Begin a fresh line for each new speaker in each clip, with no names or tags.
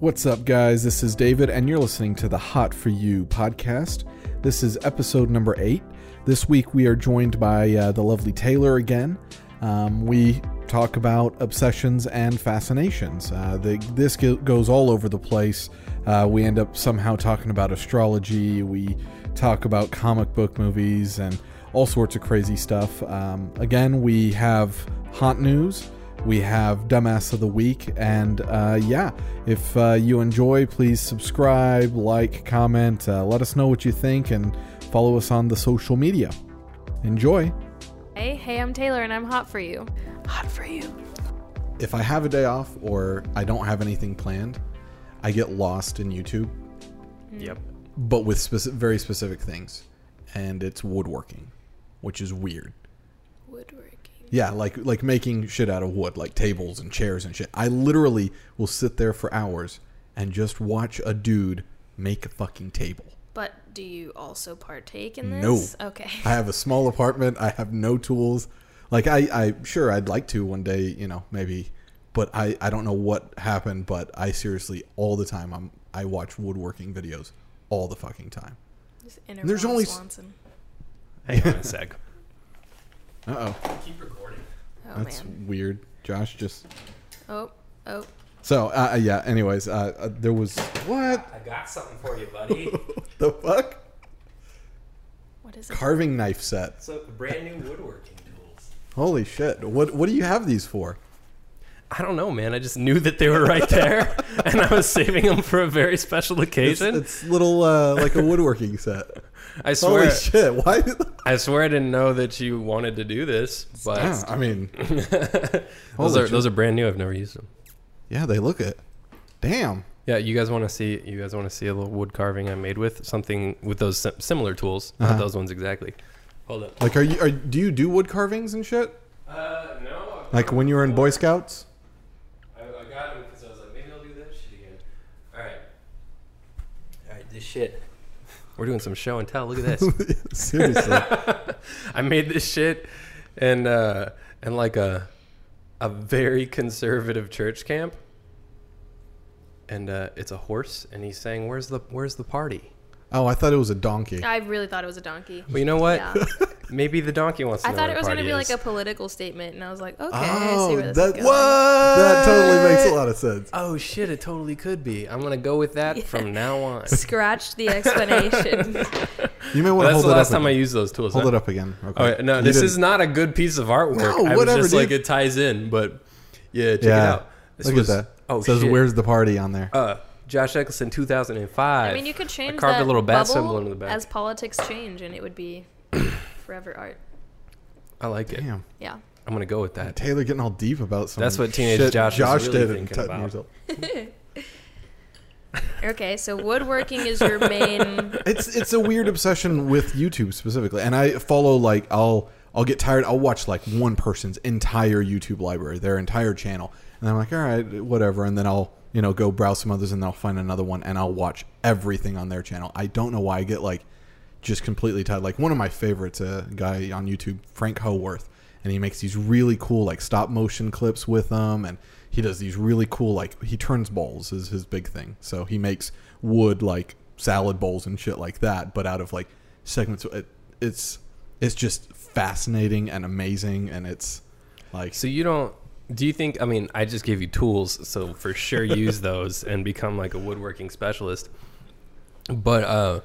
What's up, guys? This is David, and you're listening to the Hot for You podcast. This is episode number eight. This week, we are joined by uh, the lovely Taylor again. Um, we talk about obsessions and fascinations. Uh, the, this go- goes all over the place. Uh, we end up somehow talking about astrology. We talk about comic book movies and all sorts of crazy stuff. Um, again, we have hot news. We have Dumbass of the Week. And uh, yeah, if uh, you enjoy, please subscribe, like, comment, uh, let us know what you think, and follow us on the social media. Enjoy.
Hey, hey, I'm Taylor and I'm hot for you. Hot for you.
If I have a day off or I don't have anything planned, I get lost in YouTube,
Yep.
but with speci- very specific things. And it's woodworking, which is weird.
Woodworking.
Yeah, like like making shit out of wood, like tables and chairs and shit. I literally will sit there for hours and just watch a dude make a fucking table.
But do you also partake in
No.
this? Okay.
I have a small apartment. I have no tools. Like I, I sure I'd like to one day, you know, maybe, but I, I don't know what happened. But I seriously, all the time, I'm I watch woodworking videos all the fucking time.
Just
There's
Ron
only s-
Swanson.
Hang on a sec.
Uh oh,
Oh
that's
man.
weird. Josh just
Oh, oh.
so uh, yeah. Anyways, uh, uh, there was what
I got something for you, buddy.
the fuck
What is it?
carving knife set.
so brand new woodworking tools.
Holy shit! What what do you have these for?
I don't know, man. I just knew that they were right there, and I was saving them for a very special
It's,
occasion.
it's little uh, like a woodworking set.
I
Holy
swear,
shit! Why? did-
I swear, I didn't know that you wanted to do this,
Yeah,
but
I mean,
those
Holy
are those are brand new. I've never used them.
yeah, they look it. Damn.
Yeah, you guys want to see? You guys want to see a little wood carving I made with something with those sim- similar tools,
Uh-huh.
not those ones exactly. Hold up.
Like, are you? Are, do you do wood carvings and shit?
Uh, no.
Like when you were in Boy Scouts?
I, I got them because I was like, maybe I'll do that shit again. All right.
All right, this shit.
We're doing some show and tell. Look at this.
Seriously.
I made this shit and uh and like a a very conservative church camp. And uh it's a horse and he's saying, Where's the where's the party?
oh, I thought it was a donkey.
I really thought it was a donkey.
Well you know what?
Yeah.
Maybe the donkey wants to
I
know
thought
where
it
the
was going to
party
be like a
is.
political statement and I was like, okay, I see
oh,
where this
that
is going.
what? That totally makes a lot of sense.
Oh shit, it totally could be. I'm gonna go with that from now on.
Scratched the explanation.
You may want to
That's
hold
the
it
last
up.
time I
again.
used those tools.
hold
huh?
it up again. Okay.
Okay, no,
You
this
didn't-
is not a good piece of artwork.
No,
I was
whatever,
just like
dude.
it ties in, but yeah, check it
Yeah.
out. This
Look
was,
at that.
Oh,
it says
shit.
"Where's the party" on there.
uh, Josh Eccleston, 2005.
I mean, you could change
I carved
that
a little bat
bubble
symbol into the back.
as politics change and it would be forever art.
I like it.
Damn.
Yeah.
I'm gonna go with that.
Taylor getting all deep about something.
That's what teenage Josh was really
did in
thinking
10
about.
years old.
Okay, so woodworking is your main
It's it's a weird obsession with YouTube specifically, and I follow like I'll I'll get tired. I'll watch like one person's entire YouTube library, their entire channel, and I'm like, all right, whatever. And then I'll you know go browse some others, and then I'll find another one, and I'll watch everything on their channel. I don't know why I get like just completely tired. Like one of my favorites, a guy on YouTube, Frank Howarth, and he makes these really cool like stop motion clips with them, and he does these really cool like he turns bowls is his big thing. So he makes wood like salad bowls and shit like that, but out of like segments. It, it's it's just fascinating and amazing, and it's like
So you don't? Do you think? I mean, I just gave you tools, so for sure use those and become like a woodworking specialist. But uh,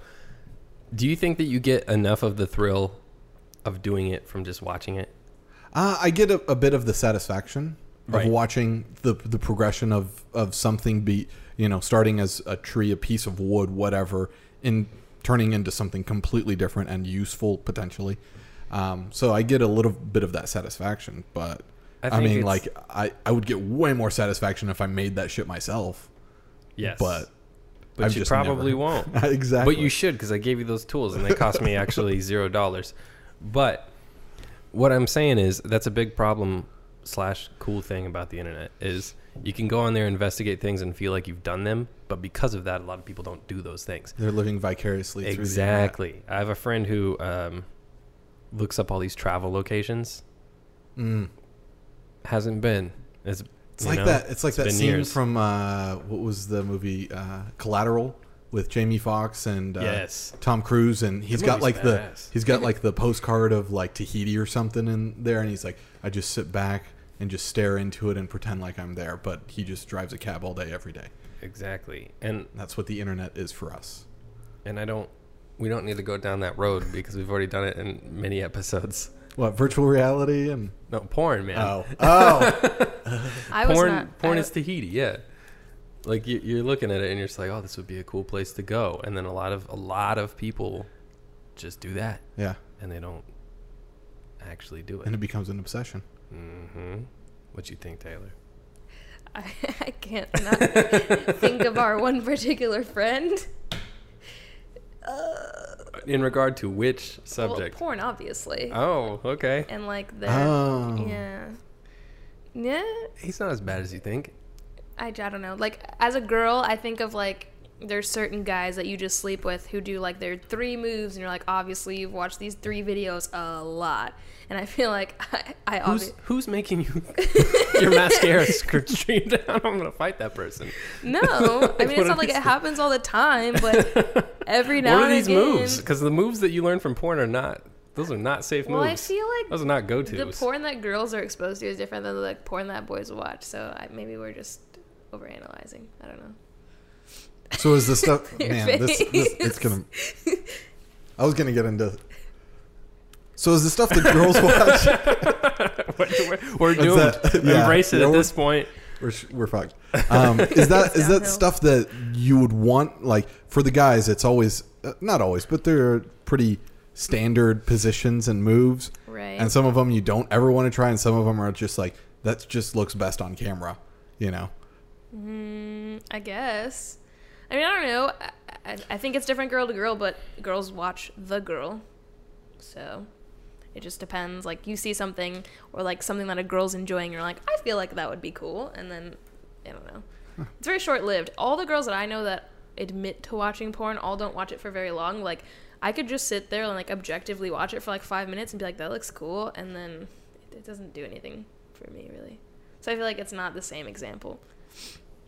do you think that you get enough of the thrill of doing it from just watching it?
Uh, I get a, a bit of the satisfaction of
Right.
watching the the progression of of something be you know starting as a tree, a piece of wood, whatever, and turning into something completely different and useful potentially. Um, so I get a little bit of that satisfaction, but
I
I,
think
mean,
it's-
like I I would get way more satisfaction if I made that shit myself.
Yes,
But
but
I've
you
just
probably
never.
won't.
exactly.
But you should because I gave you those tools and they cost me actually zero dollars. But what I'm saying is that's a big problem slash cool thing about the internet is you can go on there investigate things and feel like you've done them, but because of that, a lot of people don't do those things.
They're living vicariously. through the internet.
Exactly. I have a friend who um, looks up all these travel locations.
Mm.
Hasn't been. It's
It's
you
like
know?
that. It's like that
been
scene
years.
from uh, what was the movie uh, Collateral with Jamie Foxx and uh,
Yes.
Tom Cruise, and he's got
movie's
like
badass.
the he's got like the postcard of like Tahiti or something in there, and he's like, I just sit back and just stare into it and pretend like I'm there, but he just drives a cab all day every day.
Exactly. And
That's what the internet is for us.
and I don't we don't need to go down that road because we've already done it in many episodes.
What virtual reality and
No, porn, man.
oh oh
I was
porn
not.
porn
I-
is Tahiti, yeah. Like you, you're looking at it and you're just like, oh, this would be a cool place to go. And then a lot of a lot of people just do that
yeah,
and they don't actually do
and
it.
it becomes an obsession.
Mm-hmm. What you think, Taylor?
I, I can't not think of our one particular friend.
Uh, In regard to which subject?
Well, porn, obviously.
oh, okay.
and like the.
Oh
Yeah. Yeah.
He's not as bad as you think.
I, I don't know. Like, as a girl, I think of like. There's certain guys that you just sleep with who do like their three moves, and you're like, obviously, you've watched these three videos a lot. And I feel like I, I
Who's
obviously.
who's making you your mascara stream down? I'm gonna fight that person.
No, I mean
What
it's not
are
like
these-
it happens all the time, but every now
what are
and
these
again.
moves? Because the moves that you learn from porn are not those are not safe
Well, I
moves.
feel like
those are not go
the
tos.
porn that girls are exposed to is different than the like, porn that boys watch. So I, maybe we're just overanalyzing. I don't know.
So is the stuff
Your
man, this, this it's
face.
gonna I was gonna get into So is the stuff that girls watch
we're, we're
That's that-
doomed.
yeah.
Embrace it
You know,
at
we're-
this point.
we're, sh- we're fucked. Um, is that is that
Downhill.
stuff that you would want like for the guys it's always uh, not always, but there are pretty standard positions and moves.
Right.
And some of them you don't ever want to try and some of them are just like that just looks best on camera, you know.
Mm, I guess. I mean, I don't know. I, I, I think it's different girl to girl, but girls watch the girl. So it just depends. Like, you see something or like something that a girl's enjoying, you're like, I feel like that would be cool. And then, I don't know. It's very short lived. All the girls that I know that admit to watching porn all don't watch it for very long. Like, I could just sit there and like objectively watch it for like five minutes and be like, that looks cool. And then it, it doesn't do anything for me, really. So I feel like it's not the same example.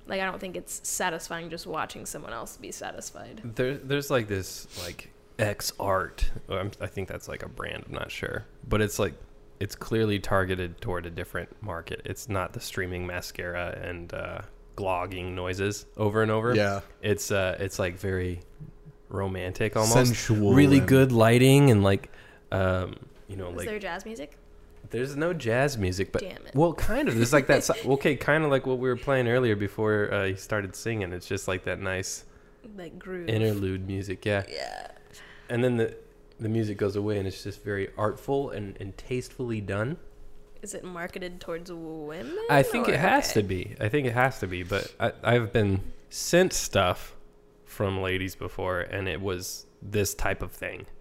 Like I don't think it's satisfying just watching someone else be satisfied.
There, there's like this like X art. Well, I'm, I think that's like a brand. I'm not sure, but it's like it's clearly targeted toward a different market. It's not the streaming mascara and uh, glogging noises over and over.
Yeah.
it's uh, it's like very romantic almost,
Sensual
really
and-
good lighting and like um, you know
Is
like
there jazz music?
There's no jazz music, but
Damn it.
well, kind of. There's like that. si- okay, kind of like what we were playing earlier before uh, he started singing. It's just like that nice
Like groove.
interlude music, yeah.
yeah.
And then the the music goes away, and it's just very artful and, and tastefully done.
Is it marketed towards women?
I think
or-
it has
okay.
to be. I think it has to be. But I, I've been sent stuff from ladies before, and it was this type of thing.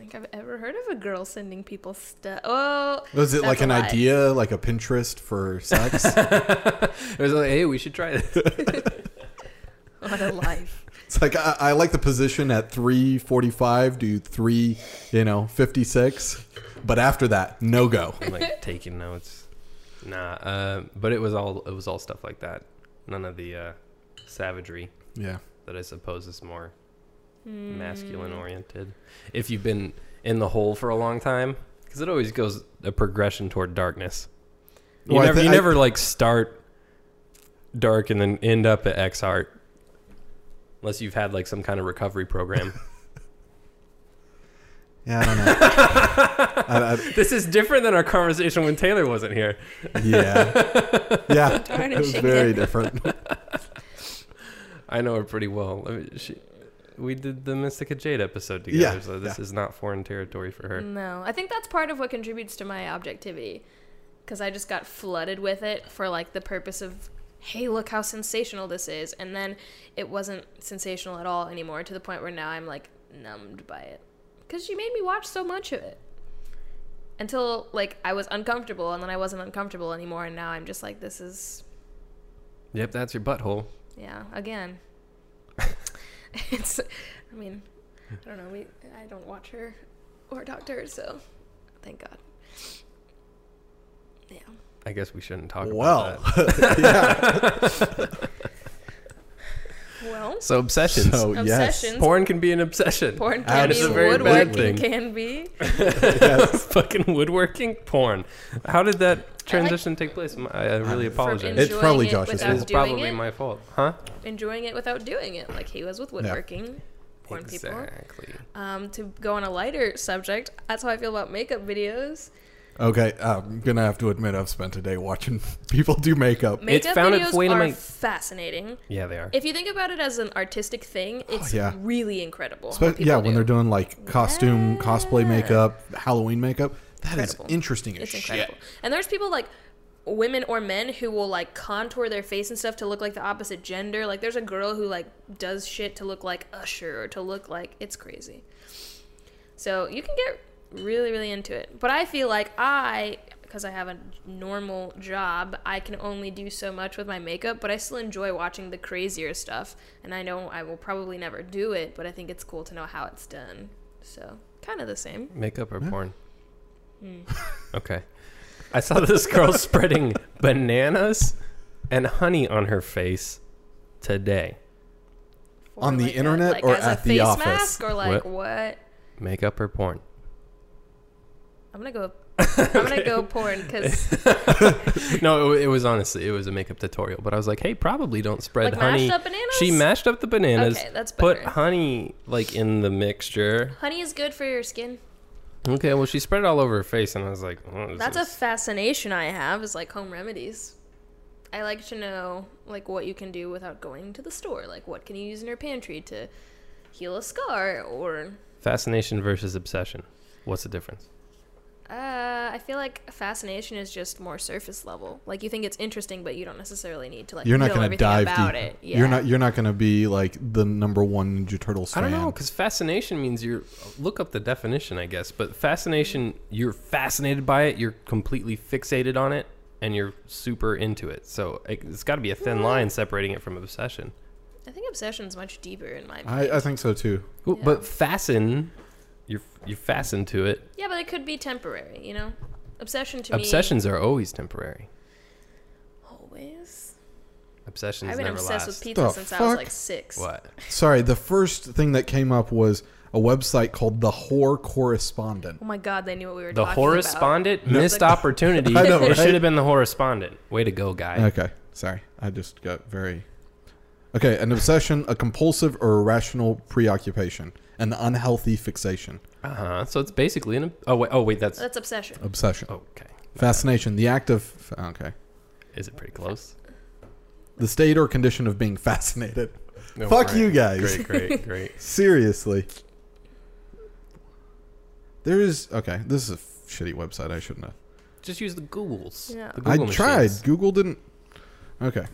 I don't think I've ever heard of a girl sending people stuff. Oh.
Was it
that's
like
a
an
lie.
idea, like a Pinterest for sex?
It was like, hey, we should try this.
What a life.
It's like I, I like the position at three forty-five to three, you know, fifty-six. But after that, no go.
I'm like taking notes. Nah, uh, but it was all it was all stuff like that. None of the uh, savagery
Yeah,
that I suppose is more
Hmm. Mm.
masculine oriented. If you've been in the hole for a long time, because it always goes a progression toward darkness. You
Well, I
never,
thi-
you
I-
never like start dark and then end up at X art, unless you've had like some kind of recovery program.
yeah, I don't know. I- I-
this is different than our conversation when Taylor wasn't here.
yeah, yeah,
Darn
it
it,
was
Shane.
very different.
I know her pretty well. I mean, she, we did the Mystica Jade episode together,
Yeah,
so this
yeah.
is not foreign territory for her.
No, I think that's part of what contributes to my objectivity, because I just got flooded with it for like the purpose of, hey, look how sensational this is, and then it wasn't sensational at all anymore to the point where now I'm like numbed by it, because she made me watch so much of it, until like I was uncomfortable, and then I wasn't uncomfortable anymore, and now I'm just like this is,
Yep, that's your butthole.
yeah, again, it's, I mean, I don't know, we, I don't watch her or talk to her, so, thank God. Yeah.
I guess we shouldn't talk
well,
about that.
Well,
So obsessions.
So yes,
Obsessions.
Porn can be an obsession.
porn can
And
be,
it's a very bad
woodworking
thing.
can be.
Fucking woodworking porn. How did that transition take place? M- I I really apologize.
It's
enjoying
probably
it
Josh's
without
fault.
it's
doing
probably
it,
my fault, huh?
enjoying it without doing it, like he was with woodworking. Porn people.
exactly.
Um, to go on a lighter subject, that's how I feel about makeup videos.
okay, I'm gonna have to admit I've spent a day watching people do makeup.
Makeup
found
videos
its way to
are
my-
fascinating.
Yeah, they are.
If you think about it as an artistic thing, it's
Oh, yeah.
really incredible.
Spe-
what people
yeah, when
do.
they're doing like costume, cosplay
Yeah.
makeup, Halloween makeup, that is
Incredible.
interesting as
It's
shit.
incredible. And there's people like women or men who will like contour their face and stuff to look like the opposite gender. Like there's a girl who like does shit to look like Usher or to look like it's crazy. So you can get really really into it. But I feel like I because I have a normal job, I can only do so much with my makeup, but I still enjoy watching the crazier stuff. And I know I will probably never do it, but I think it's cool to know how it's done. So, kind of the same.
Makeup or porn? Okay. I saw this girl spreading bananas and honey on her face today.
Or
On the
like a-
internet
like
or
as
at
a
the
face
office?
mask or like
What?
what?
Makeup or porn?
I'm gonna go. I'm gonna go porn because
No, it, wa- it was honestly it was a makeup tutorial, but I was like, hey, probably don't spread
Like mashed
honey.
up bananas?
She mashed up the bananas.
Okay, that's
put
better.
honey like in the mixture.
honey is good for your skin.
Okay, well she spread it all over her face, and I was like, oh, this
That's a
is-
fascination I have is like home remedies. I like to know like what you can do without going to the store. Like what can you use in your pantry to heal a scar or
fascination versus obsession. What's the difference?
uh, I feel like fascination is just more surface level. Like you think it's interesting, but you don't necessarily need to like
You're not
know
gonna
everything
dive
about
deep.
it. Yeah.
You're not. You're not gonna be like the number one Ninja Turtles
I
fan.
don't know, because fascination means you're look up the definition, I guess. But fascination, you're fascinated by it, you're completely fixated on it, and you're super into it. So it, it's got to be a thin line separating it from obsession.
I think obsession's much deeper in my mind.
I, I think so too.
Ooh, But fasten, you're you're fastened to it.
Yeah, but it could be temporary, you know? Obsession to me.
Obsessions are always temporary.
Always.
Obsessions
I've been
never
obsessed
last.
with pizza
The
since I was
fuck?
like six.
What?
Sorry, the first thing that came up was a website called The Whore Correspondent.
Oh my god, they knew what we were
The
talking
correspondent missed opportunity.
I know,
It
right?
should have been the correspondent. Way to go, guy.
Okay, sorry, I just got very. Okay, an obsession, a compulsive or irrational preoccupation, an unhealthy fixation,
Uh huh. So it's basically an. Oh wait. Oh wait. That's.
about. That's obsession.
obsession,
Oh, Okay.
fascination, the act of. Okay,
Is it pretty close?
the state or condition of being fascinated.
No,
Fuck
great,
you guys.
Great, great, great.
Seriously. There is okay. This is a shitty website. I shouldn't have.
Just use the Googles.
Yeah.
The
I
Google
tried.
machines.
Google didn't. Okay.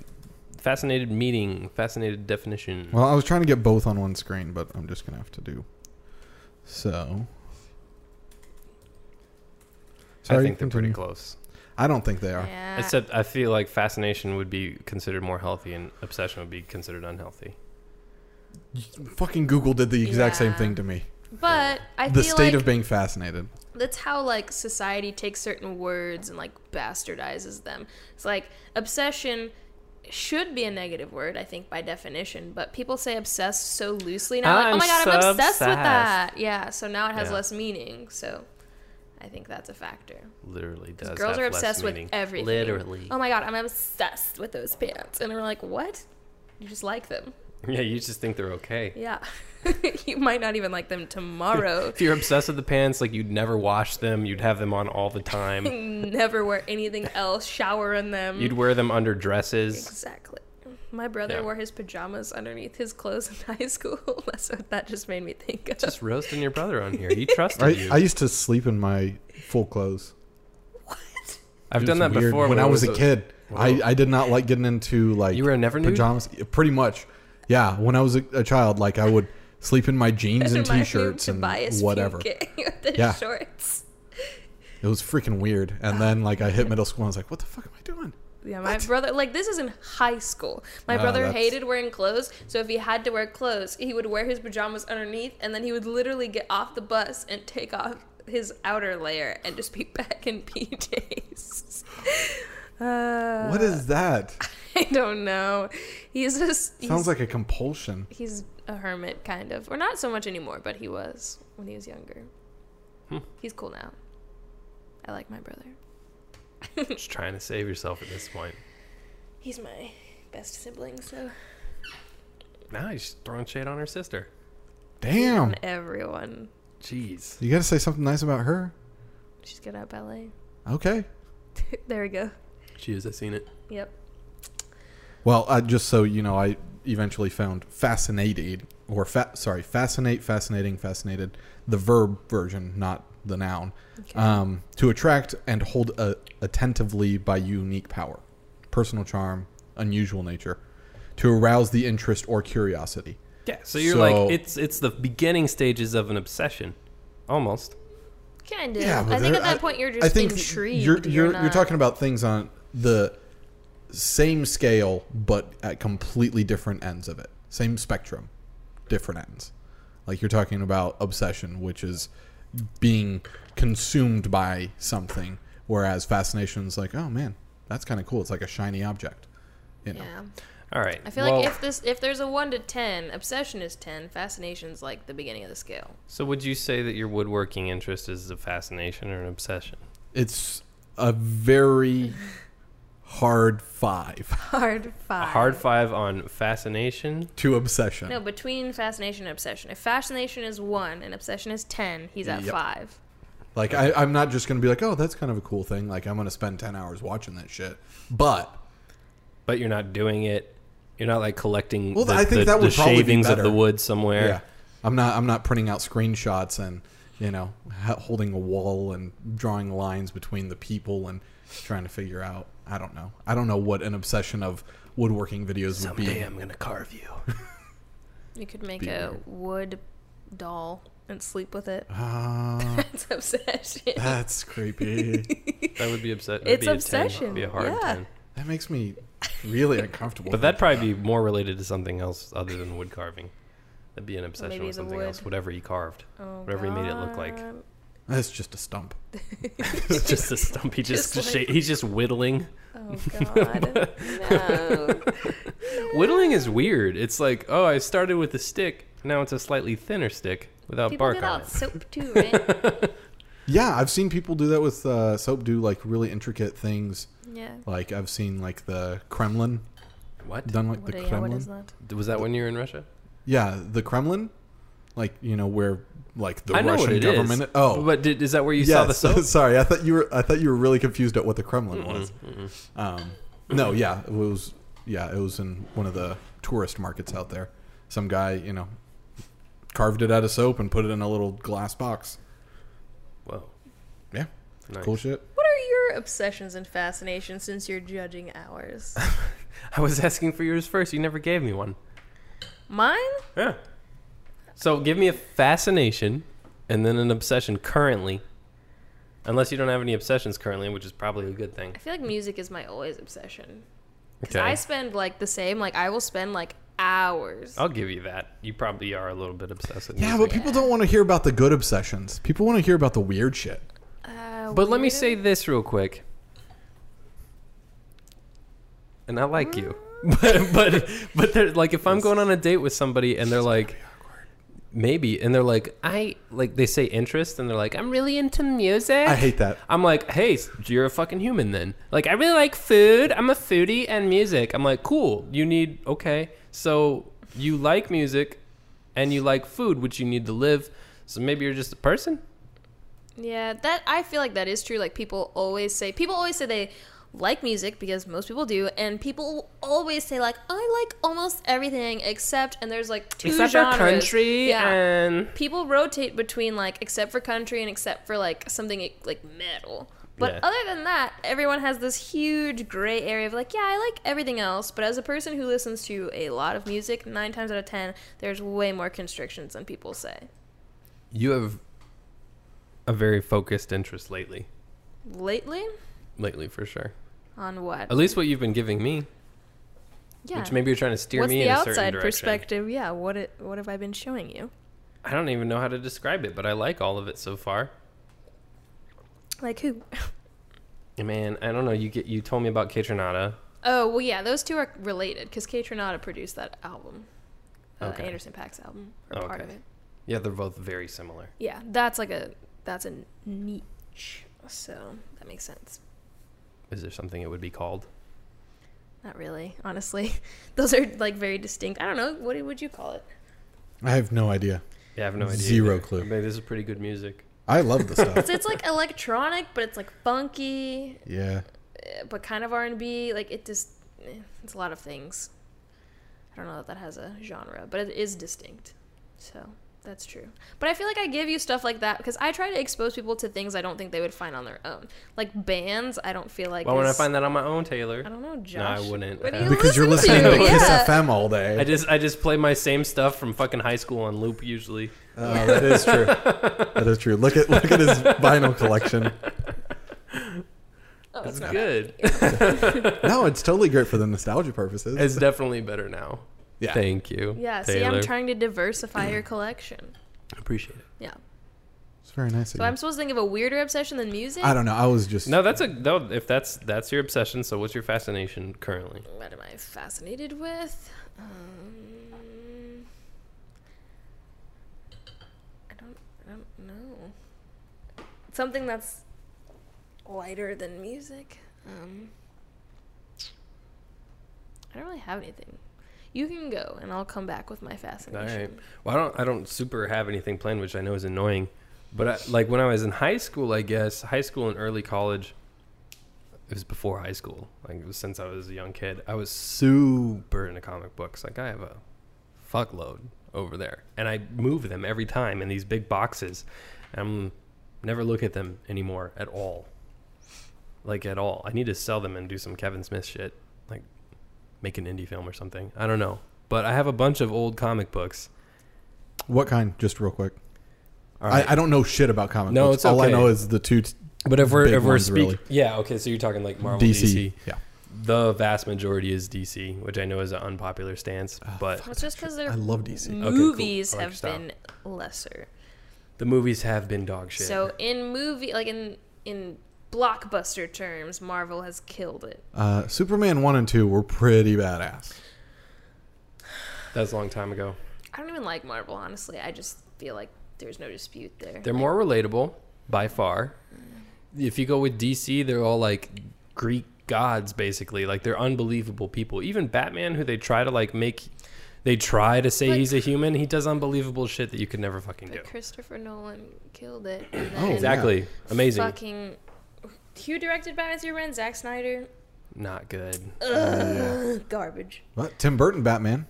Fascinated meeting. Fascinated definition.
Well, I was trying to get both on one screen, but I'm just gonna have to do. So.
I think they're
continue.
pretty close.
I don't think they are.
Yeah.
Except I feel like fascination would be considered more healthy, and obsession would be considered unhealthy.
Fucking Google did the exact same
Yeah.
thing to me.
but I
the
feel
state
like
of being fascinated.
that's how like society takes certain words and like bastardizes them. It's like obsession should be a negative word, I think, by definition, but people say obsessed so loosely now. like,
I'm
oh my god,
so
I'm obsessed, with
obsessed.
that. Yeah, so now it has
Yeah.
less meaning. So I think that's a factor.
Literally does.
Girls
have
are
less
obsessed with
meaning.
everything.
Literally.
Oh my god, I'm obsessed with those pants. And we're like, what? You just like them.
Yeah, you just think they're okay.
Yeah. you might not even like them tomorrow.
If you're obsessed with the pants, like you'd never wash them, you'd have them on all the
Mm-hmm.
time.
Never wear anything else. Shower in them.
You'd wear them under dresses.
exactly. My brother
Yeah.
wore his pajamas underneath his clothes in high school. That's what that just made me think of.
Just roasting your brother on here. He trusted
I,
you.
I used to sleep in my full clothes.
what?
I've
It
done
was
that
weird.
before
when, I was a kid. I,
Whoa.
I did not like getting into like
You were a never nude?
pajamas. Pretty much, yeah. When I was a, a child, like I would sleep in my jeans and
Remind me of
t-shirts and
Tobias
whatever.
Fugit with the
Yeah.
shorts.
It was freaking weird. And
Ah.
then like I hit middle school, and I was like, "What the fuck am I doing?"
Yeah, my brother, like, this is in high school. My
No,
brother
that's-
hated wearing clothes, so if he had to wear clothes, he would wear his pajamas underneath, and then he would literally get off the bus and take off his outer layer and just be back in PJs. Uh,
what is that?
I don't know. He's just. He's,
Sounds like a compulsion.
He's a hermit, kind of. Or not so much anymore, but he was when he was younger.
Hmm.
He's cool now. I like my brother.
Just trying to save yourself at this point.
He's my best sibling, so.
Now he's throwing shade on her sister.
Damn.
And everyone.
Jeez.
You got to say something nice about her.
She's good at ballet.
Okay.
there we go.
She is. I seen it.
Yep.
Well, I, just so you know, I eventually found fascinated, or fa- sorry, fascinate, fascinating, fascinated, the verb version, not the noun,
Okay.
um, to attract and hold uh attentively by unique power, personal charm, unusual nature, to arouse the interest or curiosity.
Yeah. So you're
So-
like it's it's the beginning stages of an obsession, almost.
Kind of.
but
I think
there-
at that point you're just
I think
intrigued.
You're you're,
not-
you're talking about things on the same scale, but at completely different ends of it. Same spectrum, different ends. Like you're talking about obsession, which is being consumed by something, whereas fascination's like, oh man, that's kind of cool. It's like a shiny object. You know,
Yeah.
All right.
I feel
well,
like if this if there's a one to ten, obsession is ten, fascination's like the beginning of the scale.
so would you say that your woodworking interest is a fascination or an obsession?
it's a very hard five
Hard
A
five.
hard five on fascination.
to obsession.
No, between fascination and obsession. If fascination is one and obsession is ten, he's at
Yep.
five.
Like I, I'm not just gonna be like, oh, that's kind of a cool thing. Like I'm gonna spend ten hours watching that shit. But
but you're not doing it. You're not like collecting.
Well,
the,
I think
the-
that
the
would probably be
shavings of
better.
the wood somewhere.
yeah, I'm not. I'm not printing out screenshots and you know ha- holding a wall and drawing lines between the people and trying to figure out. I don't know. I don't know what an obsession of woodworking videos would be.
gonna carve you.
You could make
Be
a
weird.
wood doll and sleep with it.
Ah,
That's obsession.
that's creepy.
That would be upset.
It's
be a 10.
obsession,
Be a hard
yeah.
10.
that makes me really uncomfortable.
But that'd probably be more related to something else other than wood carving. That'd be an obsession
maybe
with
the
something
wood.
else. Whatever he carved,
Oh,
whatever he made it look like.
God.
that's just a stump.
It's just a stump. He just,
Just
sha-
like-
he's just whittling.
Oh God. no.
Whittling is weird. It's like, oh, I started with a stick. Now it's a slightly thinner stick without
People
bark
get
on
all
it.
soap too, right?
Yeah, I've seen people do that with uh, soap. Do like really intricate things.
yeah.
Like I've seen like the Kremlin
What
done like
What,
the
yeah,
Kremlin.
what is that?
was that when you were in Russia?
Yeah, the Kremlin, like you know where like the
I know
Russian
what it is.
government. Oh,
but did, is that where you
yes.
saw the soap? Mm-hmm,
Sorry, I thought you were. I thought you were really confused at what the Kremlin was. Um, no, yeah, it was. Yeah, it was in one of the tourist markets out there. Some guy, you know, carved it out of soap and put it in a little glass box.
Whoa.
Yeah,
Nice.
cool shit.
What are your obsessions and fascinations since you're judging ours?
I was asking for yours first. You never gave me one.
Mine?
Yeah. So give me a fascination and then an obsession currently. Unless you don't have any obsessions currently, which is probably a good thing.
I feel like music is my always obsession. Because I spend like the same, like I will spend like hours.
I'll give you that. You probably are a little bit obsessed with
Yeah,
music.
but people don't want to hear about the good obsessions. People want to hear about the weird shit.
Uh,
But let me
weird-
say this real quick. And I like you. But but but they're like if I'm going on a date with somebody and they're like maybe and they're like I like they say interest and they're like I'm really into music.
I hate that.
I'm like, hey, s- you're a fucking human then. Like, I really like food. I'm a foodie and music. I'm like, cool. You need, okay. So you like music and you like food, which you need to live. So maybe you're just a person?
Yeah, that I feel like that is true. Like people always say, people always say they like music because most people do, and people always say like I like almost everything except, and there's like two
Except
genres.
for country
yeah.
and.
people rotate between like except for country and except for like something like metal. But
Yeah.
other than that, everyone has this huge gray area of like, yeah, I like everything else. But as a person who listens to a lot of music, nine times out of ten, there's way more constrictions than people say.
You have a very focused interest lately.
Lately,
Lately, for sure.
on what?
At least what you've been giving me,
yeah.
which maybe you're trying to steer
What's
me
the
in a certain
outside
direction.
perspective? Yeah. What it, What have I been showing you?
I don't even know how to describe it, but I like all of it so far.
Like who?
Man, I don't know. You get you told me about Catronata.
Oh well, yeah, those two are related because Kate Renata produced that album, uh,
Okay. Oh,
Anderson Pack's album, or part of
Okay.
it.
Yeah, they're both very similar.
Yeah, that's like a that's a niche, so that makes sense.
Is there something it would be called?
Not really, honestly. Those are like very distinct. I don't know what would you call it.
I have no idea.
Yeah, I have no idea.
Zero
either.
clue.
Maybe this is pretty good music.
I love the stuff.
So it's like electronic, but it's like funky,
yeah.
eh, but kind of R and B. Like it just, eh, it's a lot of things. I don't know that that has a genre, but it is distinct. So that's true. But I feel like I give you stuff like that because I try to expose people to things I don't think they would find on their own, like bands. I don't feel like.
Why wouldn't I
is-
find that on my own, Taylor?
I don't know,
No, I
Josh.
wouldn't. Uh,
What do
have.
you
Because you're
listen
listening to
to,
Kiss
yeah.
FM all day.
I just I just play my same stuff from fucking high school on loop usually.
Oh, that is true. that is true. Look at look at his vinyl collection.
Oh, it's
It's
not
good.
No, it's totally great for the nostalgia purposes.
it's definitely better now.
Yeah.
Thank you.
Yeah, see,
Taylor.
I'm trying to diversify your collection.
Appreciate it.
Yeah.
It's very nice. of
So
you.
I'm supposed to think of a weirder obsession than music?
I don't know. I was just
No, that's a no. If that's that's your obsession, so what's your fascination currently?
What am I fascinated with? Um, I don't, I don't know. Something that's lighter than music. Um, I don't really have anything. You can go, and I'll come back with my
All
fascination.
right. Well, I don't I don't super have anything planned, which I know is annoying. But I, like when I was in high school, I guess high school and early college. It was before high school. Like it was since I was a young kid, I was super into comic books. Like I have a fuckload over there, and I move them every time in these big boxes. And i never look at them anymore at all. Like at all. I need to sell them and do some Kevin Smith shit. Like make an indie film or something. I don't know. But I have a bunch of old comic books.
what kind? Just real quick.
All right.
I, I don't know shit about comic
No,
books.
it's
All I
okay.
know is the two t-
but if we're
big
if we're
ones,
speaking,
really.
yeah, okay. So you're talking like Marvel,
DC.
DC.
Yeah.
The vast majority is DC, which I know is an unpopular stance,
Oh,
but
Well, it's just because their
I love DC.
cool.
movies
I like your
have
style.
been lesser.
the movies have been dog shit.
So in movie, like in in blockbuster terms, Marvel has killed it.
Uh, Superman one and two were pretty badass.
that's a long time ago.
I don't even like Marvel, honestly. I just feel like there's no dispute there.
They're more relatable by far. If you go with DC, they're all like Greek gods basically. Like they're unbelievable people. Even Batman who they try to like make they try to say
But-
he's a human, he does unbelievable shit that you could never fucking do.
But Christopher Nolan killed it. And
Oh,
then
exact-
Exactly. Amazing.
Fucking. Who directed Batman Superman? Zack Snyder.
Not good.
Ugh, Garbage.
But Tim Burton Batman,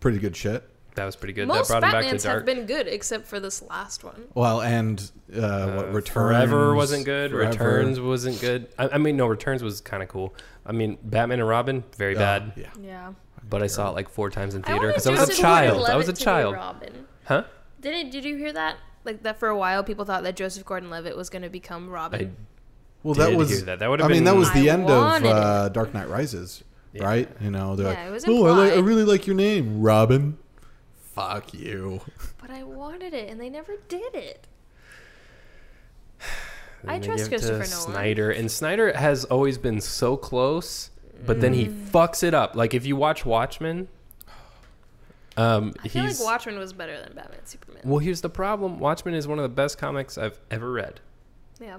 pretty good shit.
That was pretty good.
Most
that brought him back
Batmans
to dark.
have been good, except for this last one.
Well, and uh,
Uh,
what returns
Forever wasn't good.
Forever.
Returns wasn't good. I, I mean, no, Returns was kind of cool. I mean, Batman and Robin, very
Uh,
bad.
Yeah.
Yeah.
But I saw it like four times in
I
theater
wanted
because I was a
Joseph
child. I
Gordon-Levitt
was a
to be
child.
Robin.
Huh?
Didn't? Did you hear that? Like that for a while, people thought that Joseph Gordon-Levitt was going to become
I
Robin.
Well,
Did
that was
hear that. That would've
I mean, that
been-
was the
I
end of
wanted
uh, Dark Knight Rises,
Yeah.
right? You know, they're
Yeah,
like,
it was
"Oh, I, like, I
implied."
really like your name, Robin." Fuck you.
But I wanted it, and they never did it.
Then
I
they
trust
give it to
Christopher Nolan.
Snyder, and Snyder has always been so close, but then he
Mm.
fucks it up. Like if you watch Watchmen, um,
I feel
he's
like Watchmen was better than Batman Superman.
well. Here's the problem: Watchmen is one of the best comics I've ever read,
yeah.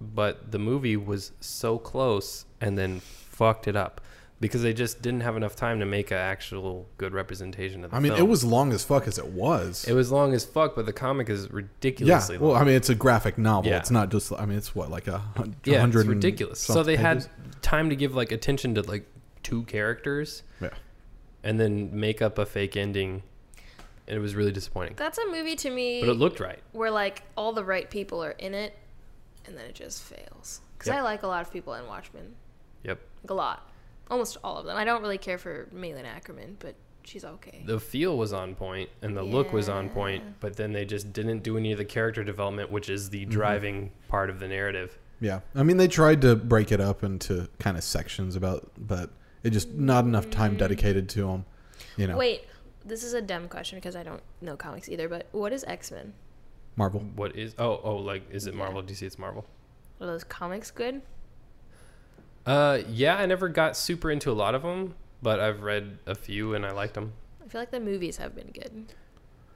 but the movie was so close and then fucked it up because they just didn't have enough time to make an actual good representation of the
I mean, it
film.
was long as fuck as it was.
it was long as fuck, but the comic is
yeah.
ridiculously long.
Well, I mean, it's a graphic novel.
Yeah.
It's not just. I mean, it's what like a hun- a
yeah,
hundred.
it's
and
ridiculous. So
something
they had
pages?
time to give like attention to like two characters.
Yeah.
and then make up a fake ending. And it was really disappointing.
That's a movie to me
But it looked right.
where like all the right people are in it, and then it just fails. Because
Yep.
I like a lot of people in Watchmen,
Yep.
like a lot, almost all of them. I don't really care for Malin Ackerman, but she's okay.
The feel was on point and the look was on point, but then they just didn't do any of the character development, which is
Mm-hmm.
the driving part of the narrative.
Yeah, I mean, they tried to break it up into kind of sections about, but it just not enough time dedicated to them. You know,
Mm. Wait, this is a dumb question because I don't know comics either. But what is X Men?
Marvel.
What is oh oh like is it Marvel DC it's Marvel.
Are those comics good?
Uh, yeah, I never got super into a lot of them, but I've read a few and I liked them.
I feel like the movies have been good.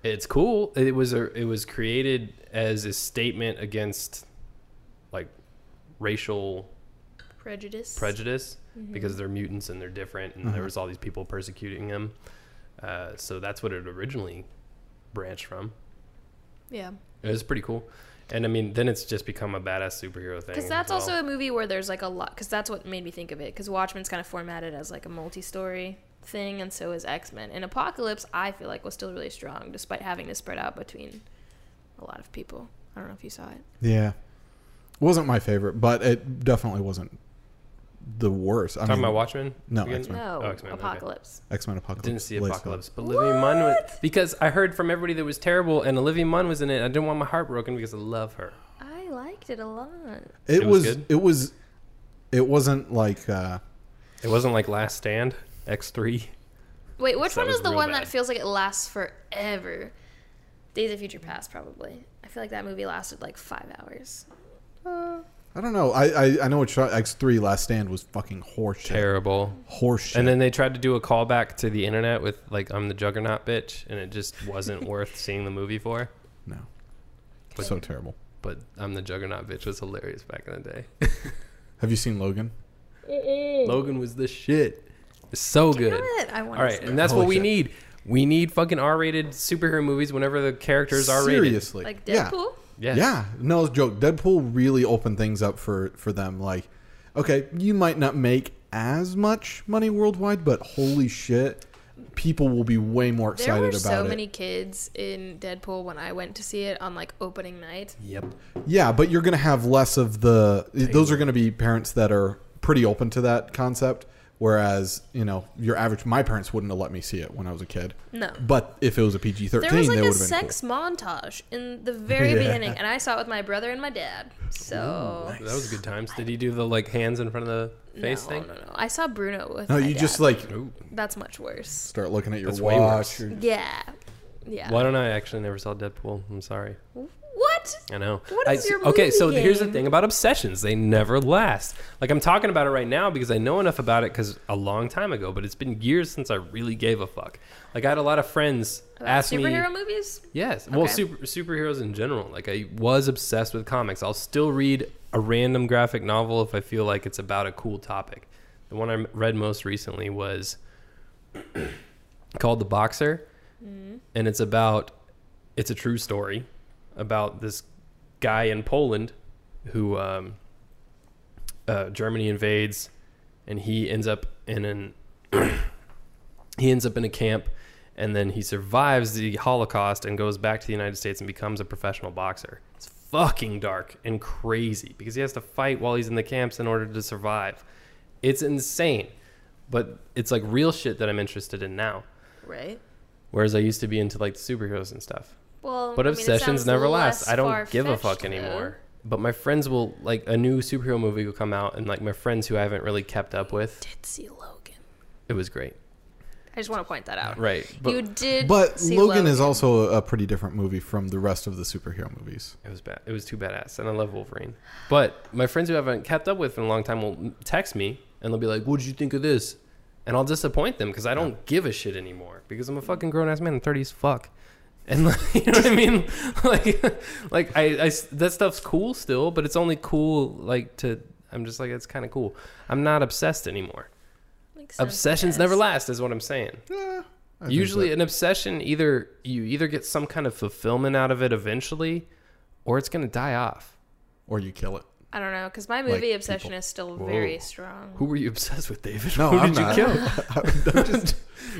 It's cool. It was a, it was created as a statement against like racial
Prejudice.
prejudice
Mm-hmm.
because they're mutants and they're different and there was all these people persecuting them. Uh, so that's what it originally branched from.
Yeah.
It was pretty cool. And I mean, then it's just become a badass superhero thing.
Because
as
that's
well.
also a movie where there's like a lot. Because that's what made me think of it. Because Watchmen's kind of formatted as like a multi-story thing, and so is X Men. And Apocalypse, I feel like was still really strong, despite having to spread out between a lot of people. I don't know if you saw it.
Yeah. Wasn't my favorite, but it definitely wasn't the worst. I
Talking
mean,
about Watchmen?
No,
again?
X-Men.
No,
Oh, X-Men, okay.
Apocalypse.
X Men Apocalypse.
Didn't see
Lace
Apocalypse, but Olivia Munn was, because I heard from everybody that it was terrible, and Olivia Munn was in it. I didn't want my heart broken because I love her.
I liked it a lot.
Up. It,
It was
was.
good?
it was. It wasn't like. uh
It wasn't like Last Stand, X three.
Wait, which
That
one
was
is the
real
one that
bad.
feels like it lasts forever? Days of Future Past, probably. I feel like that movie lasted like five hours.
I don't know. I I, I know what X three Last Stand was fucking horseshit.
Terrible.
Horseshit.
And then they tried to do a callback to the internet with like "I'm the Juggernaut, bitch," and it just wasn't worth seeing the movie for.
no. So terrible.
But "I'm the Juggernaut, bitch" was hilarious back in the day.
Have you seen Logan?
Logan was the shit. It's so good.
Good. I want
All right,
to
and that's
Holy
what we
shit.
need. We need fucking R-rated superhero movies whenever the characters are rated.
Seriously.
like
Yeah.
Deadpool.
Yes.
Yeah, no joke. Deadpool really opened things up for for them. Like, okay, you might not make as much money worldwide, but holy shit, people will be way more
There
excited
were
about
so
it.
many kids in Deadpool when I went to see it on like opening night.
Yep.
Yeah, but you're going to have less of the. Those are going to be parents that are pretty open to that concept. Whereas, you know, your average, my parents wouldn't have let me see it when I was a kid.
No.
But if it was a PG
There
13,
was
they
like
would
a
have been
sex montage in the very
Yeah.
beginning, and I saw it with my brother and my dad. So
That was good times. Did he do the like hands in front of the
no,
face thing?
no, no. I saw Bruno with.
cool. No,
my
you
dad.
just like
That's much worse.
start looking at your
That's way
watch.
worse.
or-
Yeah, yeah.
Why don't I actually never saw Deadpool? I'm sorry.
What?
I know.
What
I-
is your
okay?
movie
So here's the
game?
thing about obsessions: they never last. Like I'm talking about it right now because I know enough about it because a long time ago, but it's been years since I really gave a fuck. Like I had a lot of friends ask me,
Superhero movies?
yes, well,
Okay.
super, superheroes in general. Like I was obsessed with comics. I'll still read a random graphic novel if I feel like it's about a cool topic. The one I m- read most recently was called The Boxer, and it's about it's a true story about this guy in Poland who um, uh, Germany invades, and he ends up in an he ends up in a camp, and then he survives the Holocaust and goes back to the United States and becomes a professional boxer. It's fucking dark and crazy because he has to fight while he's in the camps in order to survive. It's insane, but it's like real shit that I'm interested in now.
Right.
Whereas I used to be into like superheroes and stuff.
Well,
But
I mean, it
obsessions
sounds
never last.
less
I don't give a
far-fetched,
fuck anymore. But my friends will like a new superhero movie will come out, and like my friends who I haven't really kept up with,
though. Did see Logan?
it was great.
I just want to point that out.
Right, but
you did.
But
see
Logan is also a pretty different movie from the rest of the superhero movies.
it was bad. It was too badass, and I love Wolverine. But my friends who I haven't kept up with in a long time will text me, and they'll be like, "What did you think of this?" And I'll disappoint them because I don't give a shit anymore because I'm a fucking grown ass man. I'm 30 as fuck. And like, you know what I mean? Like, like I, I s- that stuff's cool still, but it's only cool like to. I'm just like it's kind of cool. I'm not obsessed anymore.
Makes sense, I
Obsessions never
guess.
last, is what I'm saying.
Yeah, I think
Usually, an obsession either you either get some kind of fulfillment out of it eventually, or it's gonna die off.
or you kill it.
I don't know, because my movie
people.
obsession is still
Whoa.
very strong.
Who were you obsessed with, David?
No,
Who
I'm
did
not.
you kill?
Don't just-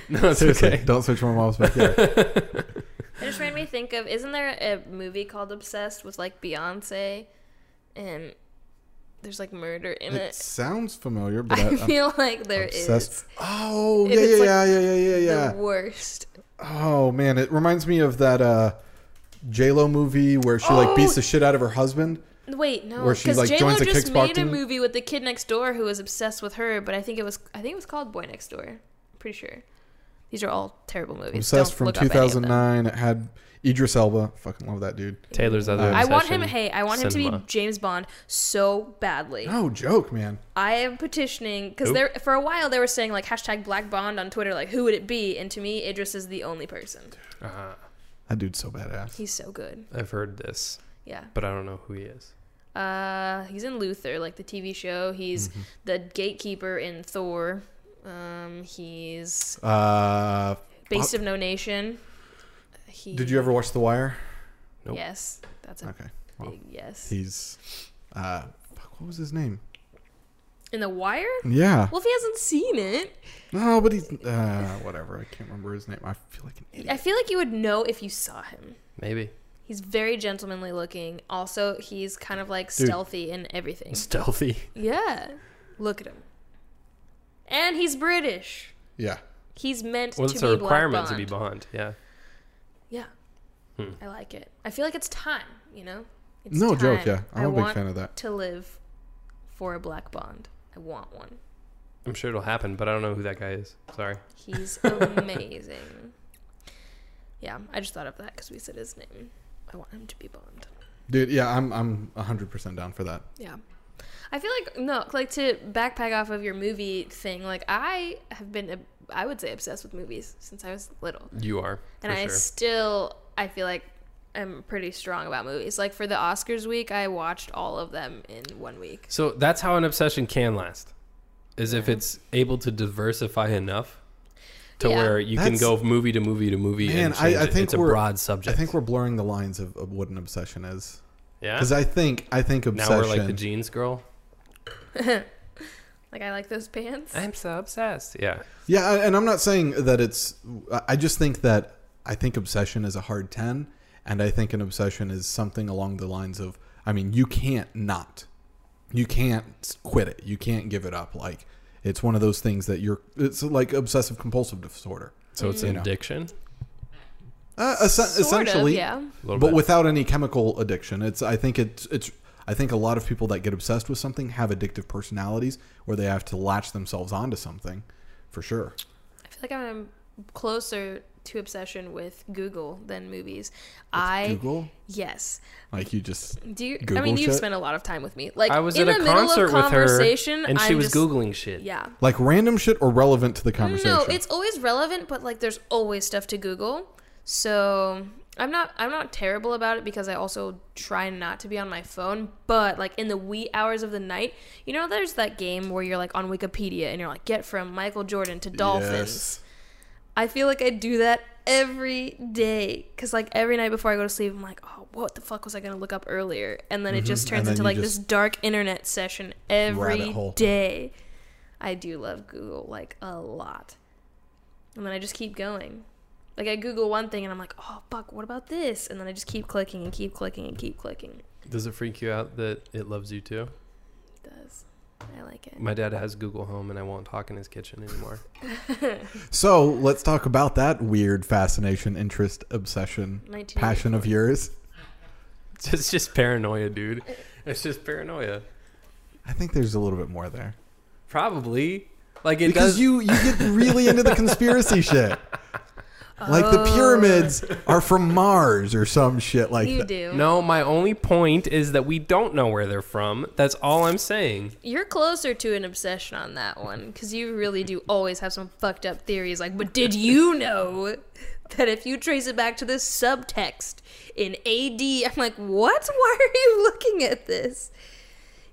no, it's
seriously,
okay.
Don't search my mom's backyard.
It just made me think of isn't there a movie called Obsessed with like Beyonce, and there's like murder in
it
it.
sounds familiar, but I,
I
I'm
feel like there is
um, obsessed. Oh
It
yeah, yeah,
is like
yeah, yeah, yeah, yeah, yeah.
the worst.
Oh man, it reminds me of that uh, J Lo movie where she like beats the
Oh!
shit out of her husband.
Wait, no,
Where she,
because
like,
J Lo
joins a
just made a
kickboxing-
movie with the kid next door who was obsessed with her, but I think it was I think it was called Boy Next Door. I'm pretty sure. These are all terrible movies.
Obsessed
Don't
from
look up any of them.
2009. It had Idris Elba. Fucking love that dude.
Taylor's other.
I want him.
obsession,
Hey, I want him to
cinema.
be James Bond so badly.
No joke, man.
I am petitioning because
Who?
there for a while they were saying like hashtag Black Bond on Twitter, like who would it be? And to me, Idris is the only person.
Uh,
That dude's so badass.
He's so good.
I've heard this,
Yeah.
but I don't know who he is.
Uh, he's in Luther, like the TV show. He's
Mm-hmm.
the gatekeeper in Thor. Um, he's
Uh,
Beast of No Nation. He,
did you ever watch The Wire?
Nope.
Yes, that's a
Okay. well.
big yes.
He's, uh, fuck, what was his name?
in The Wire.
Yeah.
Well, if he hasn't seen it,
No, but he's uh, whatever. I can't remember his name. I feel like an idiot.
I feel like you would know if you saw him.
Maybe
He's very gentlemanly looking. Also, he's kind of like
Dude.
stealthy in everything.
stealthy.
Yeah. Look at him. And he's British.
Yeah.
He's meant
Well,
to
it's
be
a requirement
Black Bond.
to be Hmm. Bond. Yeah.
Yeah. I like it. I feel like it's time, you know? It's
No joke.
time.
Yeah,
I
I'm a big
want
fan of that.
to live for a black bond. I want one.
I'm sure it'll happen, but I don't know who that guy is. Sorry.
He's amazing. Yeah, I just thought of that because we said his name. I want him to be Bond.
Dude, yeah, I'm I'm 100% down for that.
Yeah. I feel like no, like to backpack off of your movie thing. Like I have been, ob- I would say, obsessed with movies since I was little,
You are.
and
for
I
sure.
still, I feel like I'm pretty strong about movies. Like for the Oscars week, I watched all of them in one week.
So that's how an obsession can last, is if it's able to diversify enough to
Yeah.
where you can
That's-
go movie to movie to movie.
Man,
and
I-
change
I
it.
think
it's a
we're-
broad subject.
I think we're blurring the lines of, of what an obsession is.
yeah.
Because I think I think
now
obsession.
we're like the jeans girl.
Like I like those pants.
I'm so obsessed. Yeah.
yeah, I- and I'm not saying that it's. I- I just think that I think obsession is a hard ten, and I think an obsession is something along the lines of. I mean, you can't not, you can't s- quit it. You can't give it up. Like it's one of those things that you're. It's like obsessive compulsive disorder.
So it's
You
an
know.
addiction.
Uh, essen- essentially,
of, yeah.
A little
but
bit.
without any chemical addiction. It's I think it's it's I think a lot of people that get obsessed with something have addictive personalities where they have to latch themselves onto something, for sure.
I feel like I'm closer to obsession with Google than movies. I
Google,
yes.
like you just
Do you? I
Google
mean, you
shit?
spent a lot of time with me. Like
I was
in
at
the
a
middle
concert
of
with her,
conversation,
and she
I'm
was
just-
googling shit.
Yeah.
like random shit or relevant to the conversation.
No, it's always relevant, but like there's always stuff to Google. So I'm not I'm not terrible about it because I also try not to be on my phone. But like in the wee hours of the night, you know, there's that game where you're like on Wikipedia and you're like, get from Michael Jordan to dolphins.
Yes.
I feel like I do that every day because like every night before I go to sleep, I'm like, oh, what the fuck was I gonna look up earlier? And then it just turns
Mm-hmm. then
into
you
like
just-
this dark internet session
Rabbit
every
hole.
day. I do love Google like a lot, and then I just keep going. Like I Google one thing and I'm like, oh fuck, what about this? And then I just keep clicking and keep clicking and keep clicking.
Does it freak you out that it loves you too?
It does. I like it.
My dad has Google Home, and I won't talk in his kitchen anymore.
So let's talk about that weird fascination, interest, obsession,
1984.
passion of yours.
it's just paranoia, dude. It's just paranoia.
I think there's a little bit more there
Probably. Like it
because
does.
you you get really into the conspiracy shit. Like the
Oh.
pyramids are from Mars or some shit like
You
that.
do.
No, my only point is that we don't know where they're from. That's all I'm saying.
You're closer to an obsession on that one because you really do always have some fucked up theories. Like, but did you know that if you trace it back to this subtext in AD, I'm like, what? Why are you looking at this?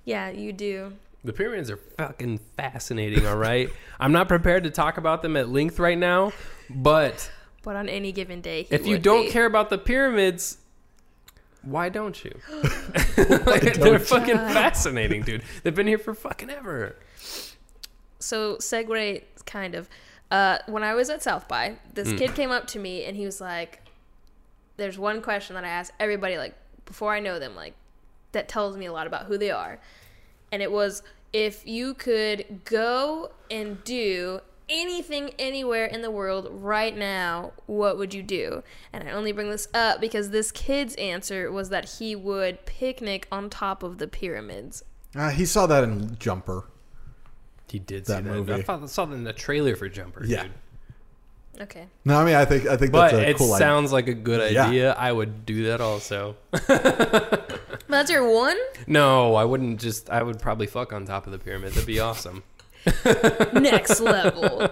Yeah, you do.
The pyramids are fucking fascinating, all right? I'm not prepared to talk about them at length right now, but
But on any given day, he
if you
would
don't
be.
care about the pyramids, why don't you? Like, they're fucking fascinating, dude. They've been here for fucking ever.
so segue kind of uh, when i was at south by this kid came up to me and he was like there's one question that i ask everybody like before i know them like that tells me a lot about who they are and it was if you could go and do anything anywhere in the world right now what would you do and i only bring this up because this kid's answer was that he would picnic on top of the pyramids
Uh, he saw that in Jumper.
He did see that,
That movie.
I thought- saw that in the trailer for Jumper,
Yeah.
dude.
Okay.
No, I mean I think I think
But
that's a
it
cool idea.
sounds like a good
Yeah.
idea. I would do that also.
But that's your one?
no, I wouldn't just. I would probably fuck on top of the pyramid. That'd be awesome.
Next level.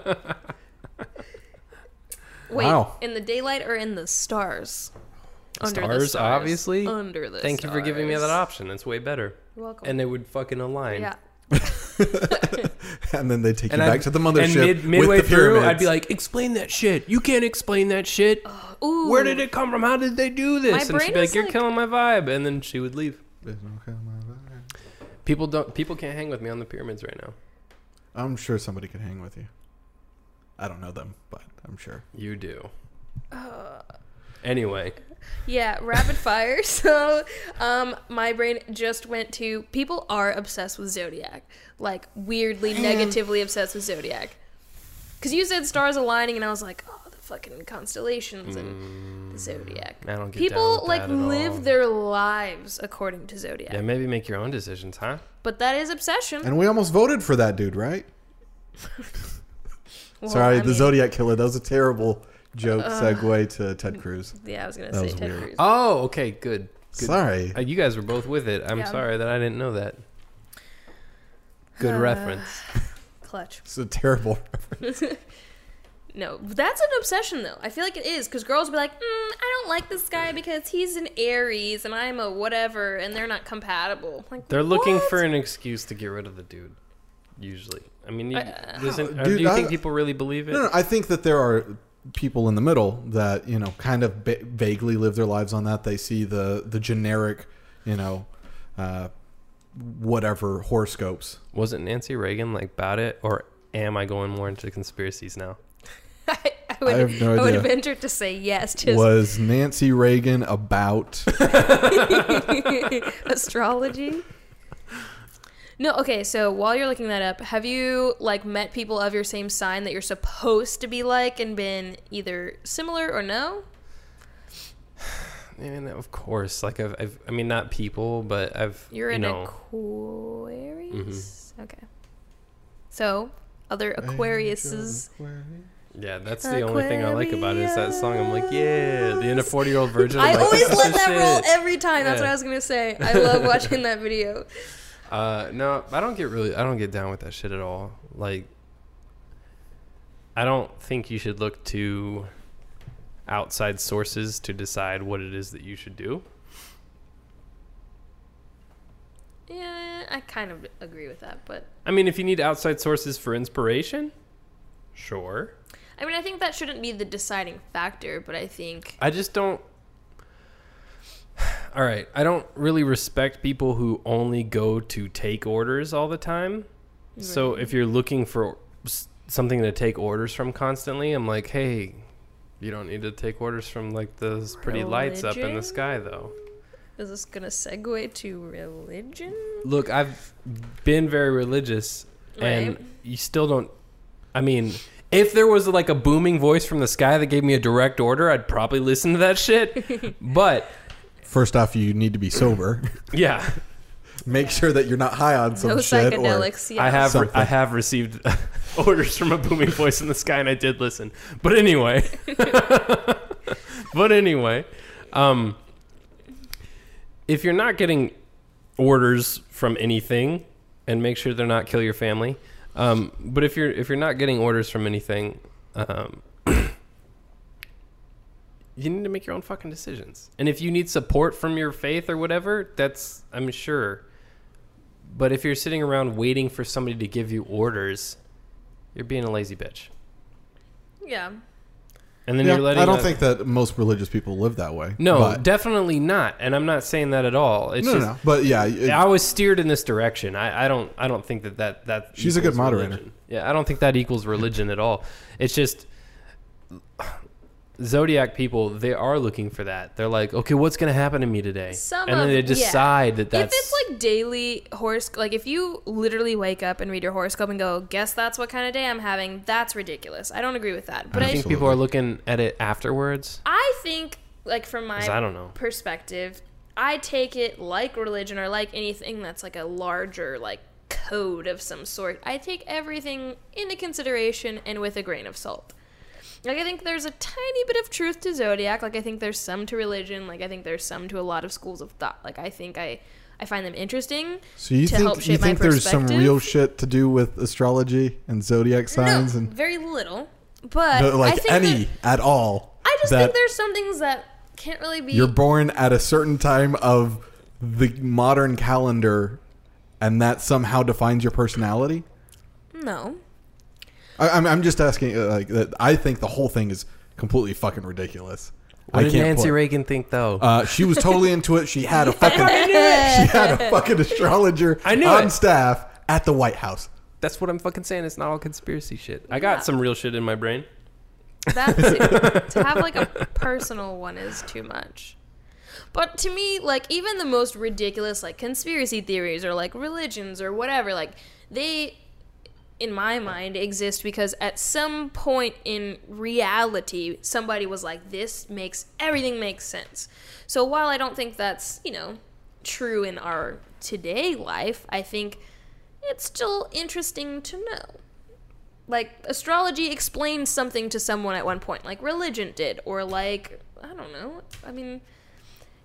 Wait,
Wow.
in the daylight or in the stars? Under the
Stars, obviously.
Under the
Thank you for giving me that
stars.
option. It's way better.
You're welcome.
And they would fucking align.
yeah.
and then they take
And
you back
I'd-
to the mothership
And mid, midway
with the
through,
pyramids.
I'd be like, "Explain that shit. You can't explain that shit.
Ooh.
Where did it come from? How did they do this?"
My
and
brain
she'd be like,
is
"You're
like-
killing my vibe." And then she would leave.
There's no kind of my vibe.
People don't. People can't hang with me on the pyramids right now.
I'm sure somebody could hang with you. I don't know them, but I'm sure.
You do.
Uh,
Anyway,
Yeah, rapid fire. So, um, my brain just went to people are obsessed with zodiac, like weirdly negatively obsessed with zodiac. Because you said stars aligning, and I was like, oh, the fucking constellations and the zodiac.
Mm, I don't get down
people
with
like
that at
live
all.
their lives according to zodiac,
yeah, maybe make your own decisions, huh?
but that is obsession.
And we almost voted for that dude, right?
Well,
Sorry,
I
the
mean,
Zodiac Killer. That was a terrible joke segue to Ted Cruz.
Yeah, I was gonna
That
say
was
Ted
weird.
Cruz.
Oh, okay, good. good.
Sorry.
Uh, you guys were both with it. I'm
Yeah.
sorry that I didn't know that. Good reference.
Uh, Clutch.
It's a terrible.
No, that's an obsession though. I feel like it is because girls be like, mm, I don't like this guy because he's an Aries and I'm a whatever, and they're not compatible. Like
They're looking
what?
for an excuse to get rid of the dude. Usually, I mean, you, listen,
uh,
uh,
Dude,
do you think
I-
people really believe it?
No, no, I think that there are people in the middle that you know kind of ba- vaguely live their lives on that. They see the the generic, you know, uh, whatever horoscopes.
Wasn't Nancy Reagan like about it, or am I going more into conspiracies now?
I, I would, I,
have no
would
idea.
have ventured to say yes, just
Was Nancy Reagan about?
astrology. No, okay. So while you're looking that up, have you like met people of your same sign that you're supposed to be like and been either similar or no?
I mean, of course. Like I've, I've I mean, not people, but I've
You're
you
an
know, Mm-hmm.
Aquarius. Okay. So other Aquariuses.
Yeah, that's the only thing I like about it is that song. I'm like, yeah, the end of 40 year old virgin.
I
I'm like,
always
this
let
is
that roll
it.
every time. That's
Yeah.
what I was gonna say. I love watching that video.
Uh, no, I don't get really, I don't get down with that shit at all. Like, I don't think you should look to outside sources to decide what it is that you should do.
Yeah, I kind of agree with that, but
I mean, if you need outside sources for inspiration, sure.
I mean, I think that shouldn't be the deciding factor. But I think
I just don't. All right, I don't really respect people who only go to take orders all the time. So if you're looking for s- something to take orders from constantly, I'm like, hey, you don't need to take orders from like those pretty lights up in the
Religion?
sky, though.
is this gonna segue to religion?
Look, I've been very religious,
Right.
and you still don't. I mean, if there was like a booming voice from the sky that gave me a direct order, I'd probably listen to that shit. but
First off, you need to be sober.
yeah.
Make sure that you're not high on some
No
shit. or-
psychedelics. Yeah.
I have
Something.
I have received orders from a booming voice in the sky, and I did listen. But anyway, but anyway, um, if you're not getting orders from anything, and make sure they're not kill your family. Um, but if you're if you're not getting orders from anything, um, you need to make your own fucking decisions. And if you need support from your faith or whatever, that's I'm sure. But if you're sitting around waiting for somebody to give you orders, you're being a lazy bitch.
Yeah.
And then
Yeah,
you're letting
I don't
a-
think that most religious people live that way.
No,
but,
definitely not. And I'm not saying that at all. It's
no, no,
just
no. But yeah, it-
I was steered in this direction. I, I don't I don't think that that that
She's a
equals
good moderator.
religion. Yeah, I don't think that equals religion at all. It's just zodiac people they are looking for that. They're like, okay, what's going to happen to me today?
Some
and then
of-
they
yeah.
decide that that's
if it's like daily horoscope, like if you literally wake up and read your horoscope and go, guess that's what kind of day I'm having, that's ridiculous. I don't agree with that. But
I think people are looking at it afterwards.
I think, like from my
'Cause I don't know.
perspective, I take it like religion or like anything that's like a larger like code of some sort. I take everything into consideration and with a grain of salt. Like I think there's a tiny bit of truth to zodiac. Like I think there's some to religion. Like I think there's some to a lot of schools of thought. Like I think I I find them interesting.
So you
to
think
help
you
shape my
think there's some
perspective.
real shit to do with astrology and zodiac signs
no,
and
very little, but
no,
I
like
think
any at
that-
all?
I just
that
think there's some things that can't really be.
you're born at a certain time of the modern calendar, and that somehow defines your personality.
no,
I, I'm I'm just asking. uh, Like that, I think the whole thing is completely fucking ridiculous.
What
I
did
can't
Nancy
put-
Reagan think though?
Uh, she was totally into it. She had a fucking she had a fucking astrologer
I knew
on
it.
staff at the White House.
That's what I'm fucking saying. It's not all conspiracy shit. I got some real shit in my brain.
that too. to have like a personal one is too much. But to me, like even the most ridiculous like conspiracy theories or like religions or whatever, like they in my mind exist because at some point in reality somebody was like this makes everything makes sense. So while I don't think that's, you know, true in our today life, I think it's still interesting to know like astrology explained something to someone at one point like religion did or like i don't know i mean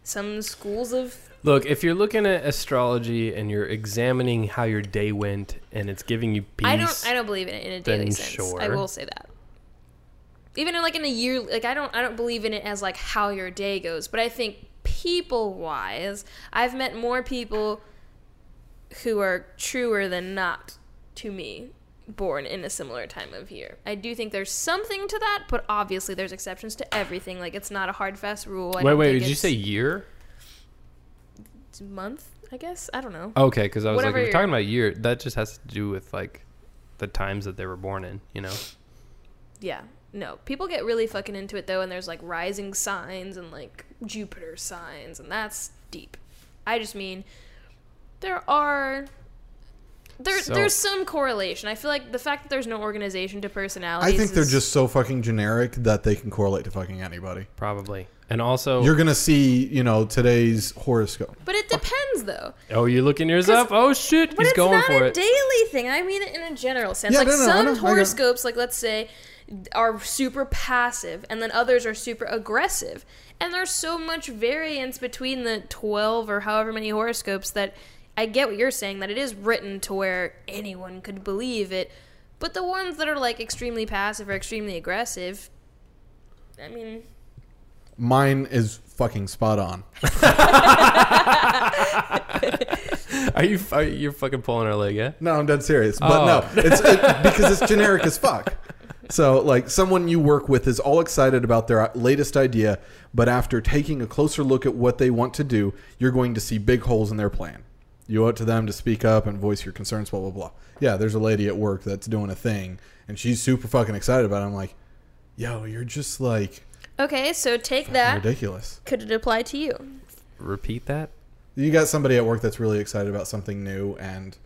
some schools of
Look, if you're looking at astrology and you're examining how your day went and it's giving you peace,
i don't i don't believe in it in a daily
then
sense i
sure.
will say that even in like in a year like i don't i don't believe in it as like how your day goes but i think people wise i've met more people who are truer than not to me born in a similar time of year. I do think there's something to that, but obviously there's exceptions to everything. Like it's not a hard fast rule. I
wait,
don't
wait.
think
Did you
it's-
say year?
it's month? I guess I don't know.
Okay, because I was
Whatever
like, if
year.
you're talking about year, that just has to do with like the times that they were born in. You know,
Yeah. No, people get really fucking into it though, and there's like rising signs and like Jupiter signs, and that's deep. I just mean there are there
So-
there's some correlation. I feel like the fact that there's no organization to
I
personalities.
think they're
is-
just so fucking generic that they can correlate to fucking anybody.
probably. And also,
You're gonna see, you know, today's horoscope.
But it depends though.
oh, you're looking yours
'Cause-
up. Oh shit,
But
he's
it's
going
not
for
a
it.
daily thing. I mean it in a general sense.
Yeah,
like
no, no, I know, I
some
know.
horoscopes, like let's say, are super passive, and then others are super aggressive. And there's so much variance between the twelve or however many horoscopes that I get what you're saying that it is written to where anyone could believe it. But the ones that are like extremely passive or extremely aggressive, I mean,
Mine is fucking spot on.
Are you? Are you you're fucking pulling our leg? Yeah.
No, I'm dead serious. But no, it's it, because it's generic as fuck. So, like, someone you work with is all excited about their uh, latest idea, but after taking a closer look at what they want to do, you're going to see big holes in their plan. You owe it to them to speak up and voice your concerns, blah, blah, blah. Yeah, there's a lady at work that's doing a thing, and she's super fucking excited about it. I'm like, yo, you're just like
okay, so take that.
ridiculous.
Could it apply to you?
Repeat that.
You got somebody at work that's really excited about something new and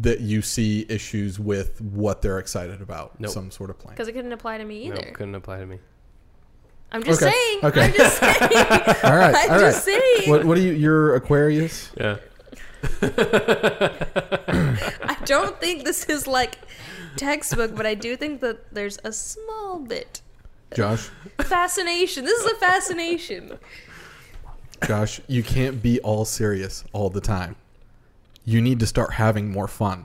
that you see issues with what they're excited about,
Nope.
some sort of plan.
Because it couldn't apply to me either.
No, couldn't apply to me.
I'm just
Okay,
saying.
okay.
I'm just saying.
All right,
I'm
all right.
just saying.
What what are you you're Aquarius?
Yeah.
I don't think this is like textbook, but I do think that there's a small bit
Josh.
fascination. This is a fascination.
Josh, you can't be all serious all the time. You need to start having more fun.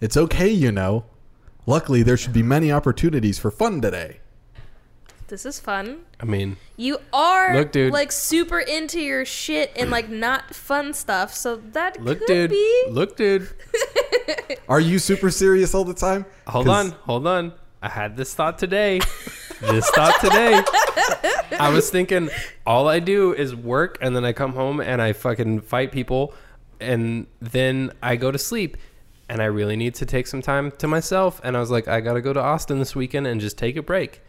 It's okay, you know. Luckily, there should be many opportunities for fun today.
This is fun.
I mean,
You are
Look, dude.
like super into your shit and like not fun stuff, so that
look,
could
dude.
be.
Look, dude.
Are you super serious all the time?
Hold
'Cause
on, hold on. I had this thought today. this thought today. I was thinking all I do is work and then I come home and I fucking fight people and then I go to sleep and I really need to take some time to myself and I was like I got to go to Austin this weekend and just take a break.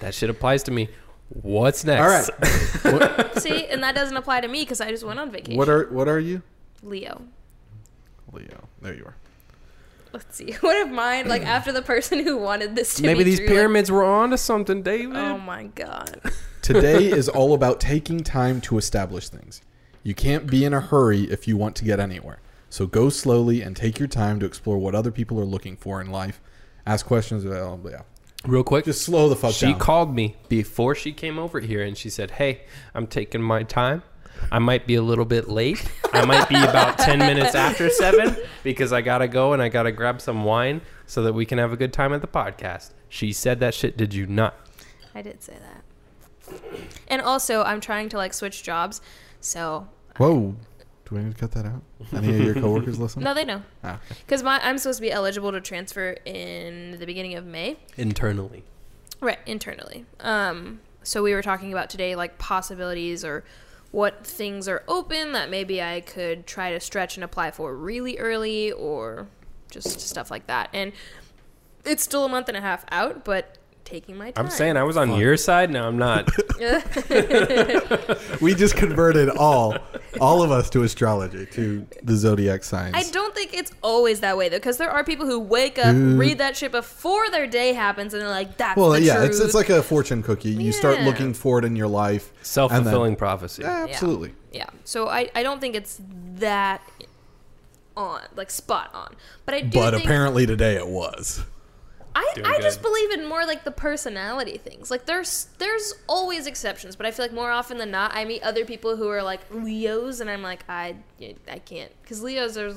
That shit applies to me. What's next?
All right.
See, and that doesn't apply to me because I just went on vacation.
What are what are you?
Leo.
Leo. There you are.
Let's see. What if mine, like after the person who wanted this to
Maybe
be
these
true, like,
pyramids were onto something, David.
Oh my god.
Today is all about taking time to establish things. You can't be in a hurry if you want to get anywhere. So go slowly and take your time to explore what other people are looking for in life. Ask questions. Well, yeah.
Real quick,
Just slow the fuck
she
down.
called me before she came over here and she said, Hey, I'm taking my time. I might be a little bit late. I might be about 10 minutes after seven because I got to go and I got to grab some wine so that we can have a good time at the podcast. She said that shit. Did you not?
I did say that. And also, I'm trying to like switch jobs, so
Whoa. Do we need to cut that out? Any of your coworkers listen?
no, they know.
Ah.
Because my I'm supposed to be eligible to transfer in the beginning of May,
Internally.
right? Internally. Um, so we were talking about today, like possibilities or what things are open that maybe I could try to stretch and apply for really early, or just stuff like that. And it's still a month and a half out, but taking my time.
I'm saying I was on your side. Now I'm not.
We just converted all, all of us to astrology, to the zodiac signs.
I don't think it's always that way though, because there are people who wake up,
Dude.
read that shit before their day happens, and they're like, "That's
well,
the
yeah,
truth."
it's it's like a fortune cookie. You start
Yeah.
looking for it in your life. and then-
Self fulfilling prophecy.
Yeah, absolutely.
yeah. So I, I don't think it's that on like spot on, but I do.
But
think,
apparently today it was.
I,
Doing
I just
good.
believe in more like the personality things. Like there's there's always exceptions, but I feel like more often than not, I meet other people who are like Leos, and I'm like I I can't because Leos are,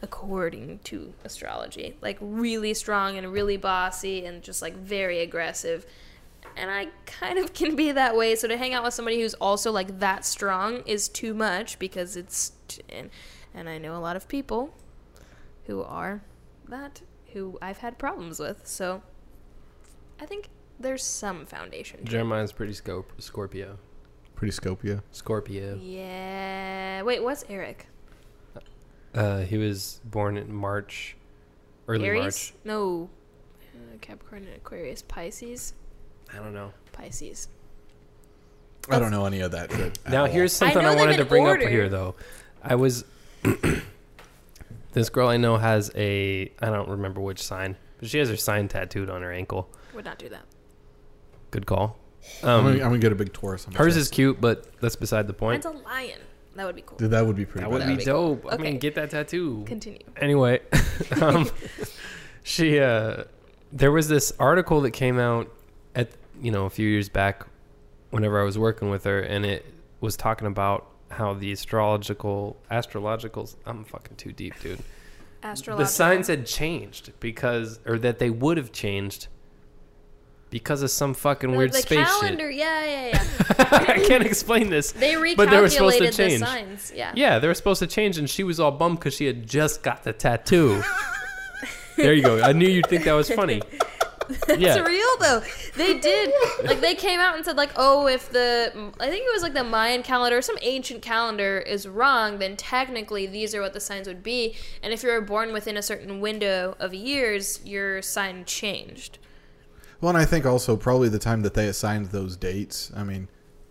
according to astrology, like really strong and really bossy and just like very aggressive. And I kind of can be that way, so to hang out with somebody who's also like that strong is too much because it's and, and I know a lot of people who are that who I've had problems with. So I think there's some foundation. to it.
Jeremiah's pretty scope, Scorpio.
Pretty Scopia.
Scorpio.
Yeah. Wait, what's Eric?
Uh, he was born in March, early
Aries?
March.
No. Uh, Capricorn, Aquarius, Pisces,
I don't know.
Pisces.
I don't know any of that shit. at
Now
all.
here's
I
something
know
I,
them
wanted
in
to bring
order.
up here though. I was this girl I know has a I don't remember which sign, but she has her sign tattooed on her ankle.
Would not do that.
Good call.
I'm,
Um,
gonna, I'm gonna get a big Taurus. on my
hers
chest.
is cute, but that's beside the point.
Mine's a lion. That would be cool.
Dude, that would be pretty.
That would be
That'd be cool.
dope. I
Okay.
mean, get that tattoo.
Continue.
anyway, um, she uh, there was this article that came out at you know a few years back, whenever I was working with her, and it was talking about how the astrological astrologicals. I'm fucking too deep, dude.
Astrological.
The signs had changed because, or that they would have changed because of some fucking
The-
weird
the
space
calendar. Yeah, yeah, yeah.
shit. I can't explain this.
They recalculated
But they were supposed to
the
change.
signs. Yeah.
Yeah, they were supposed to change, and she was all bummed because she had just got the tattoo. there you go. I knew you'd think that was funny.
It's
yeah,
real though. They did like they came out and said like, oh, if the I think it was like the Mayan calendar, or some ancient calendar is wrong, then technically these are what the signs would be. And if you were born within a certain window of years, your sign changed.
Well, and I think also probably the time that they assigned those dates. I mean,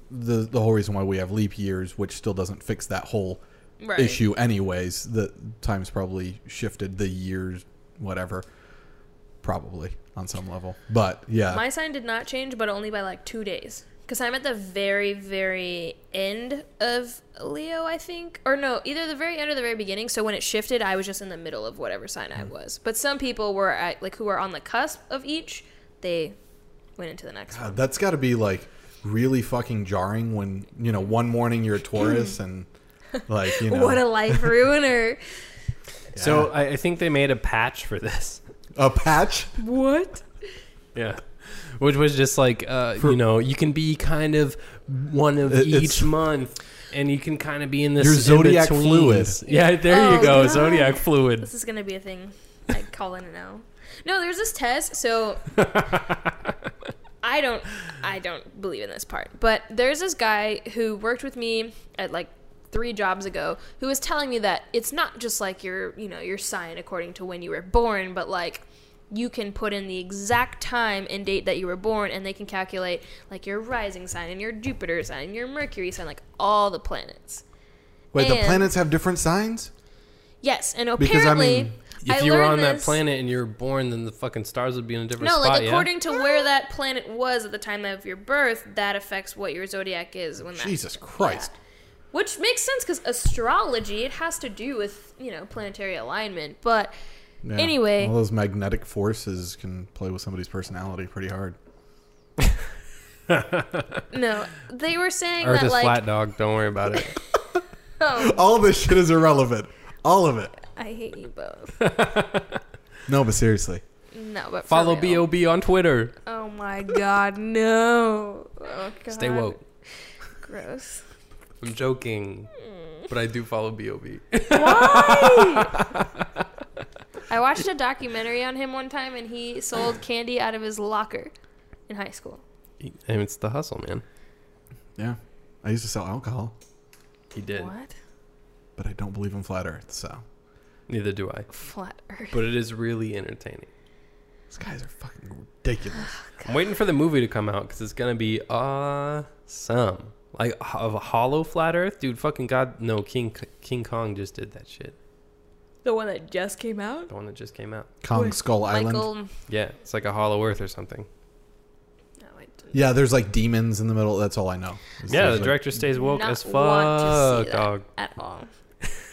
the the whole reason why we have leap years, which still doesn't fix that whole
Right.
issue, anyways. The times probably shifted the years, whatever. Probably on some level, but yeah,
My sign did not change, but only by like two days. Because I'm at the very, very end of Leo, I think. Or no, either the very end or the very beginning. So when it shifted, I was just in the middle of whatever sign I was. But some people were at, like, who are on the cusp of each, they went into the next
God,
one.
Uh, that's got to be like really fucking jarring when you know one morning you're a Taurus and like you know
What a life ruiner.
So I, I think they made a patch for this.
a patch.
what?
Yeah. Which was just like, uh, you know, you can be kind of one of
It- it's-
each month, and you can kind of be in this
Your
in
zodiac fluid.
betweens. Yeah, there
Oh,
you go,
God.
zodiac fluid.
This is going to be a thing. I call in and out. No, there's this test. So I don't I don't believe in this part. But there's this guy who worked with me at like three jobs ago who was telling me that it's not just like your you know, your sign according to when you were born, but like you can put in the exact time and date that you were born and they can calculate like your rising sign and your Jupiter sign and your Mercury sign, like all the planets.
Wait, the
And-
planets have different signs.
Yes, and
Because, I
apparently
mean,
If you were
learned
on that
this-
planet and you were born, then the fucking stars would be in a different
No,
spot.
like according to where that planet was at the time of your birth, that affects what your zodiac is when that
Jesus Christ.
which makes sense because astrology it has to do with you know planetary alignment but
Yeah.
Anyway.
all those magnetic forces can play with somebody's personality pretty hard.
No, they were saying
Earth
that
is
like
flat, dog. Don't worry about it.
oh,
All this shit is irrelevant. All of it.
I hate you both.
No, but seriously,
No, but for
Follow
real.
Bob on Twitter.
Oh my god, no. Oh, god.
Stay woke.
Gross.
I'm joking, but I do follow Bob.
Hmm. Why? I watched a documentary on him one time and he sold candy out of his locker in high school.
and it's the hustle, man.
yeah. I used to sell alcohol,
He did.
What?
but I don't believe in flat Earth, so
Neither do I.
Flat earth.
But it is really entertaining.
these guys are fucking ridiculous.
I'm waiting for the movie to come out because it's gonna be awesome. Like h- of a hollow flat Earth, dude. Fucking god, no. King King Kong just did that shit.
The one that just came out?
The one that just came out.
Kong
Wait,
Skull Island.
Michael.
Yeah, it's like a hollow Earth or something.
No, I didn't.
Yeah, there's like demons in the middle. That's all I know. It's
yeah, the
like-
director stays woke
not
as fuck,
want to see that
dog.
At all.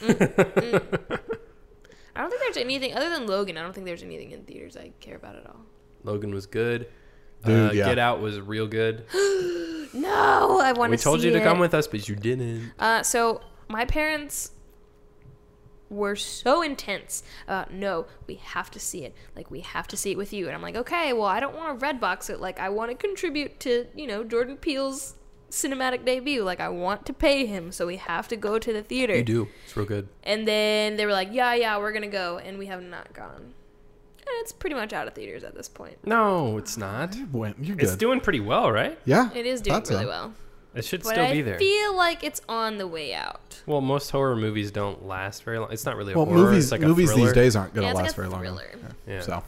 Mm, mm. I don't think there's anything other than Logan. I don't think there's anything in theaters I care about at all.
Logan was good.
Dude,
uh,
yeah.
Get Out was real good.
No, I want to.
we told
see
you to
it.
come with us, but you didn't.
Uh, so my parents were so intense about no, we have to see it. Like we have to see it with you. And I'm like, okay, well, I don't want to red box it. Like I want to contribute to you know Jordan Peele's cinematic debut. Like I want to pay him, so we have to go to the theater.
You do. It's real good.
And then they were like, yeah, yeah, we're gonna go, and we have not gone. And it's pretty much out of theaters at this point.
No, it's not.
Wait, You're
It's
good.
doing pretty well, right?
yeah,
It is doing
thought so.
really well.
It should
But
still
I
be there.
feel like it's on the way out.
well, most horror movies don't last very long. It's not really a
Well,
horror.
movies
it's like a
movies
thriller.
these days aren't gonna
Yeah, it's like
last
a
very long.
thriller.
Yeah.
So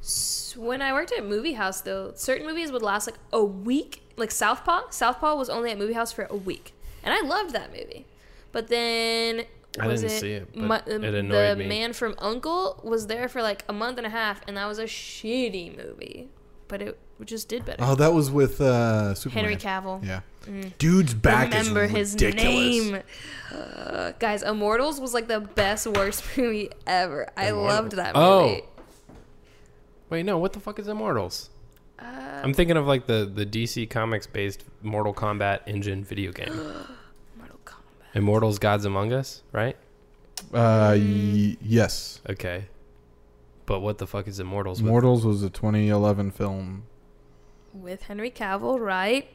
S- When I worked at Movie House, though, certain movies would last like a week. Like Southpaw, Southpaw was only at Movie House for a week, and I loved that movie. But then
I
was
didn't
it,
see it, but
Mu-
it
um, the
annoyed me.
Man from Uncle was there for like a month and a half, and that was a shitty movie. But it just did better.
Oh, that was with uh, Superman.
Henry Cavill. Mm.
Yeah, dude's back
Remember
is
his
ridiculous.
name. Uh, guys, Immortals was like the best worst movie ever. I loved that
Oh.
movie.
Wait, no. What the fuck is Immortals?
Uh,
I'm thinking of like the the DC Comics based Mortal Kombat engine video game.
Mortal Kombat.
Immortals: Gods Among Us, right?
Uh, y- yes,
Okay. But what the fuck is Immortals? with-
Mortals was a 2011 film.
With Henry Cavill, right?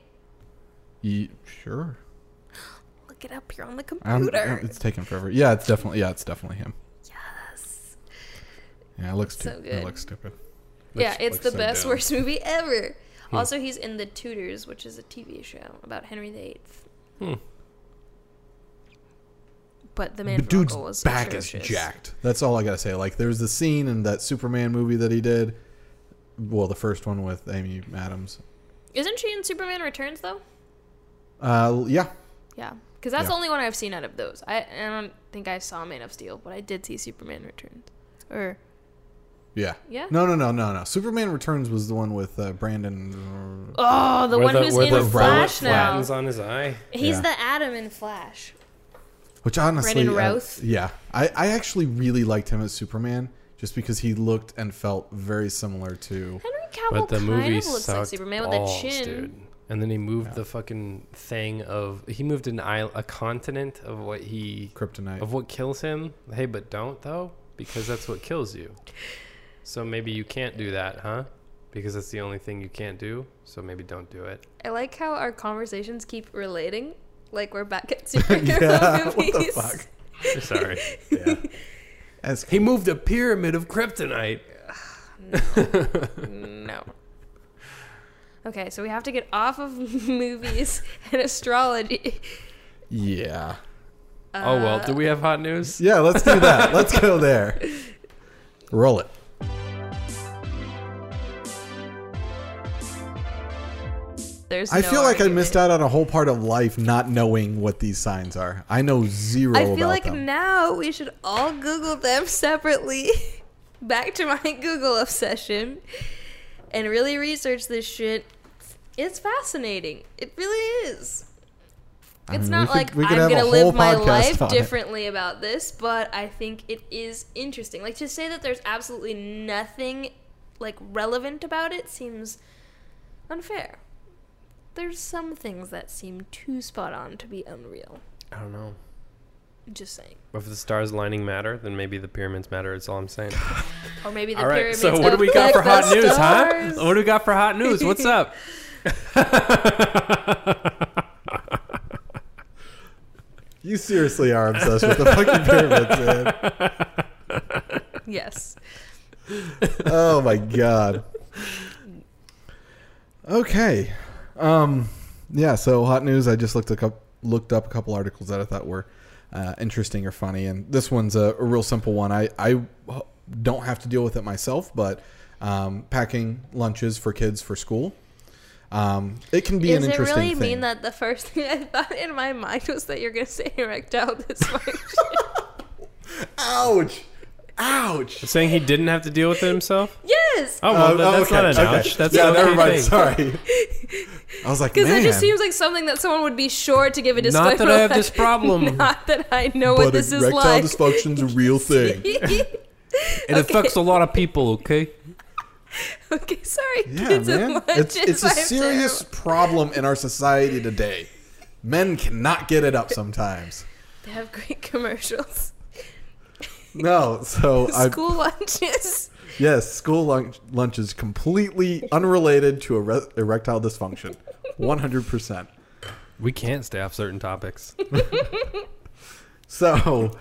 Ye- sure,
Look it up. You're on the
I'm-
computer.
Um, it's taken forever. Yeah, it's definitely yeah, it's definitely him. Yes. Yeah, it looks
So
stu-
good.
It looks stupid.
yeah,
looks-
it's
looks
the
so
uh,
best
dumb.
worst movie ever.
Hmm.
Also, he's in The Tudors, which is a TV show about Henry VIII.
Hmm.
But the man
But
from
dude's
Uncle was
back is
atrocious.
jacked. That's all I gotta say. Like, there's the scene in that Superman movie that he did. Well, the first one with Amy Adams.
Isn't she in Superman Returns though?
Uh, yeah,
Yeah, because that's
Yeah.
the only one I've seen out of those. I, I don't think I saw Man of Steel, but I did see Superman Returns. Or
yeah,
Yeah?
No, no, no, no, no. Superman Returns was the one with uh, Brandon.
oh, the
where
one who's
where
in
bullet
Flash now.
flattens on his eye.
He's
Yeah.
the Atom in Flash.
Which honestly,
Brandon
uh,
Routh?
yeah, I, I actually really liked him as Superman just because he looked and felt very similar to.
Henry Cavill
But the
kind
movie
of looks
sucked
like Superman
balls,
with a chin.
dude. And then he moved the fucking thing of he moved an isle, a continent of what he
Kryptonite.
of what kills him. Hey, but don't though, because that's what kills you. So maybe you can't do that, huh? Because that's the only thing you can't do. So maybe don't do it.
I like how our conversations keep relating. Like we're back at superhero
Yeah, what the
movies.
fuck?
Sorry.
Yeah. As
he moved a pyramid of kryptonite.
No. Okay, so we have to get off of movies and astrology.
yeah.
oh well, do we
Uh,
have hot news?
Yeah, let's do that. let's go there. Roll it.
There's.
I
no
feel like I
argument.
missed out on a whole part of life not knowing what these signs are. I know zero
I feel
about
like
them.
now we should all Google them separately. Back to my Google obsession and really research this shit. It's fascinating. It really is.
I
it's
mean,
not
we could-
like
we could
I'm
have a
gonna
whole
live my
podcast
life
on it.
differently about this, but I think it is interesting. Like to say that there's absolutely nothing like relevant about it seems unfair. There's some things that seem too spot on to be unreal.
I don't know.
Just saying.
If the stars lining matter, then maybe the pyramids matter. That's all I'm saying.
Or maybe the
all right.
pyramids.
So what do
of
we got
the-
for hot
the
news, huh?
stars.
What do we got for hot news? What's up?
You seriously are obsessed with the fucking pyramids, man.
Yes.
Oh my god. Okay. Um yeah, so hot news I just looked up looked up a couple articles that I thought were uh, interesting or funny and this one's a, a real simple one. I I don't have to deal with it myself, but um, packing lunches for kids for school. Um, it can be
Does
an
it
interesting
really
thing.
mean that the first thing I thought in my mind was that you're gonna say erectile dysfunction?
Ouch. Ouch.
Saying he didn't have to deal with it himself?
yes.
Oh, well,
Oh,
that-
oh,
that's
okay,
not an
okay.
ouch. That's
yeah,
an okay
never mind.
thing.
Sorry. I was like,
Because
man.
it just seems like something that someone would be sure to give a disclaimer.
Not that I have this
like,
problem.
Not that I know what this is like.
dysfunction's a real thing.
It affects a lot of people, okay?
okay, sorry,
Yeah,
kids and
man. It's, it's
lunches,
a
I'm
serious
terrible.
problem in our society today. Men cannot get it up sometimes.
They have great commercials.
No, so I
School lunches.
yes, school lunch, lunch is completely unrelated to ere- erectile dysfunction. 100%.
We can't stay off certain topics.
So,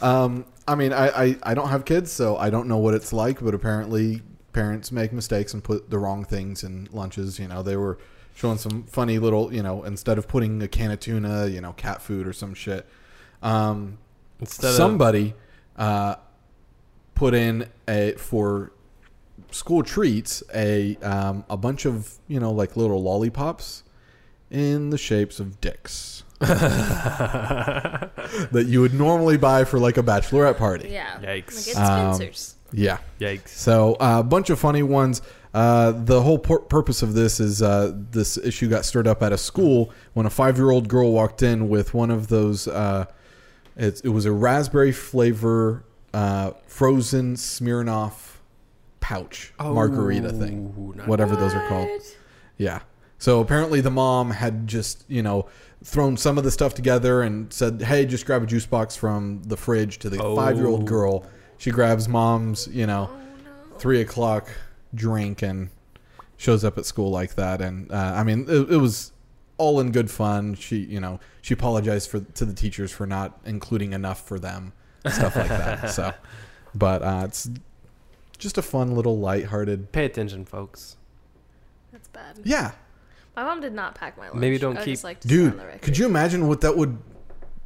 um, I mean, I, I, I don't have kids, so I don't know what it's like, but apparently parents make mistakes and put the wrong things in lunches. You know, they were showing some funny little, you know, instead of putting a can of tuna, you know, cat food or some shit. Um,
Instead
somebody uh, put in a for school treats a um, a bunch of you know like little lollipops in the shapes of dicks that you would normally buy for like a bachelorette party.
Yeah.
Yikes.
Like it's
Um,
Spencer's.
Yeah.
of yikes.
So uh, a bunch of funny ones. Uh, the whole pur- purpose of this is uh, this issue got stirred up at a school when a five-year-old girl walked in with one of those. Uh, it, it was a raspberry flavor uh, frozen Smirnoff pouch margarita thing,
nice.
whatever those are called. Yeah. So apparently the mom had just, you know, thrown some of the stuff together and said, "Hey, just grab a juice box from the fridge to the
Oh.
five-year-old girl." She grabs mom's, you know, three o'clock drink and shows up at school like that. And uh, I mean, it, it was all in good fun. She, you know, she apologized for to the teachers for not including enough for them, stuff like that. So, but uh, it's just a fun little lighthearted.
Pay attention, folks.
That's bad.
Yeah,
My mom did not pack my lunch.
Maybe don't
I
keep-
Just like to say on
Dude,
the record.
could you imagine what that would?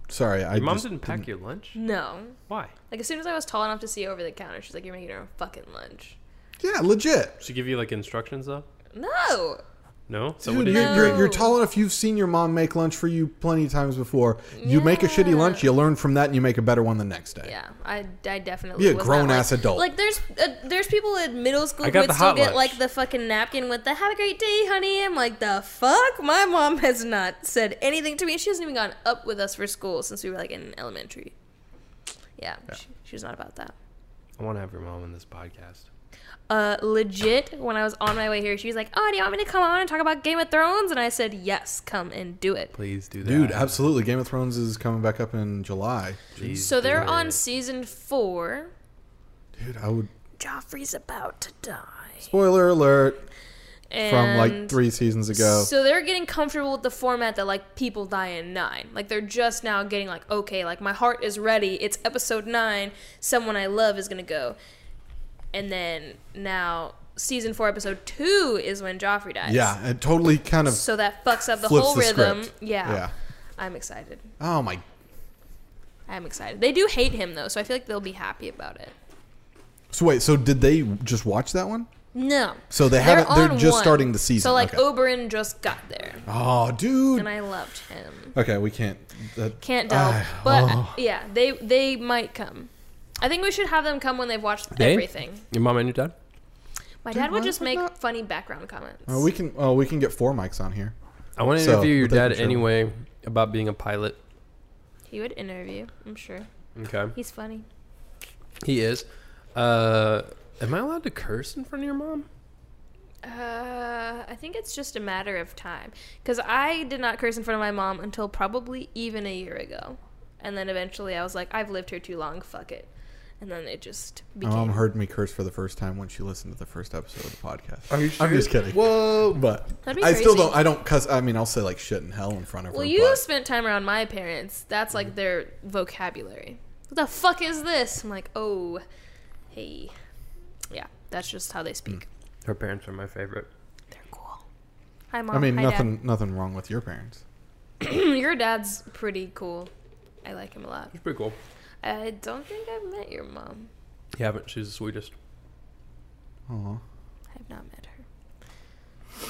Sorry, I
Your mom
just
didn't pack your lunch?
No.
Why?
Like as soon as I was tall enough to see over the counter, she's like, "You're making your own fucking lunch."
Yeah, legit.
She give you like instructions though?
No.
No? So what
Dude,
did
you're,
you-
you're, you're
No.
tall enough. You've seen your mom make lunch for you plenty of times before. You make a shitty lunch, you learn from that, and you make a better one the next day.
Yeah, I, I definitely
Be a
was not
grown
like-
ass adult.
Like there's uh, there's people in middle school
I
who
got
would
the
still
hot
get
lunch.
like the fucking napkin with the "Have a great day, honey." I'm like, the fuck? My mom has not said anything to me. She hasn't even gone up with us for school since we were like in elementary. Yeah, She, she was not about that.
I want to have your mom in this podcast.
Uh, legit, when I was on my way here, she was like, "Oh, do you want me to come on and talk about Game of Thrones?" And I said, "Yes, come and do it."
Please do that.
Dude, absolutely. Game of Thrones is coming back up in July.
Please
So
do
they're
it.
on season four.
Dude, I would.
Joffrey's about to die.
Spoiler alert
And
from like three seasons ago.
So they're getting comfortable with the format that like people die in nine. Like they're just now getting like, okay, like my heart is ready. It's episode nine. Someone I love is gonna go. And then now season four, episode two is when Joffrey dies.
yeah, it totally kind of
So that fucks up the
flips
whole
the
rhythm.
script.
Yeah.
Yeah.
I'm excited.
Oh my.
I'm excited. They do hate him though, so I feel like they'll be happy about it.
So wait, so did they just watch that one?
No.
So they haven't- they're
on
just starting the season.
So like
Okay.
Oberyn just got there,
Oh, dude.
and I loved him.
okay, we can't. That,
Can't delve,
I-
but
oh.
yeah, they they might come. I think we should have them come when they've watched
They?
everything.
Your mom and your dad?
My dad would
why
just
would
make
not-
funny background comments.
Oh, we can. Oh, we can get four mics on here.
I want to
So,
interview your
without
dad
the German.
anyway about being a pilot?
He would interview, I'm sure.
Okay.
He's funny.
He is. Uh, am I allowed to curse in front of your mom?
Uh, I think it's just a matter of time. Because I did not curse in front of my mom until probably even a year ago. And then eventually I was like, I've lived here too long, fuck it. And then it just
My
became.
mom heard me curse for the first time when she listened to the first episode of the podcast.
you
I'm just kidding. Whoa, but
That'd be
I still
crazy.
don't. I don't cuss. I mean, I'll say like shit and hell in front of
well,
her.
you
but
spent time around my parents. That's
Mm-hmm.
like their vocabulary. What the fuck is this? I'm like, oh, hey. Yeah, that's just how they speak.
Her parents are my favorite.
They're cool. Hi, mom.
Mm. I mean,
Hi, Dad.
nothing. Nothing wrong with your parents.
Your dad's pretty cool. I like him a lot.
She's pretty cool.
I don't think I've met your mom.
You haven't. She's the sweetest.
Aw.
I've not met her.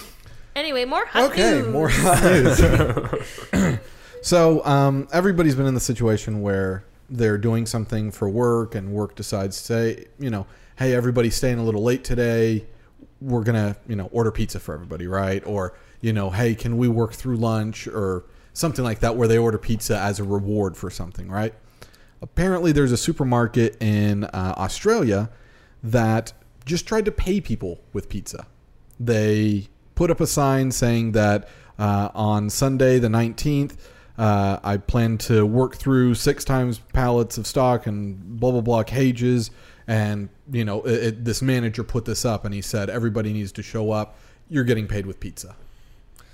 Anyway, more hot
Okay,
news.
more hot news. so um, everybody's been in the situation where they're doing something for work, and work decides to say, you know, hey, everybody's staying a little late today. We're gonna, you know, order pizza for everybody, right? Or you know, hey, can we work through lunch or something like that, where they order pizza as a reward for something, right? Apparently, there's a supermarket in uh, Australia that just tried to pay people with pizza they put up a sign saying that uh, on Sunday the 19th, uh, I plan to work through six times pallets of stock and blah blah blah cages. And you know, it, it, this manager put this up, and he said everybody needs to show up. You're getting paid with pizza.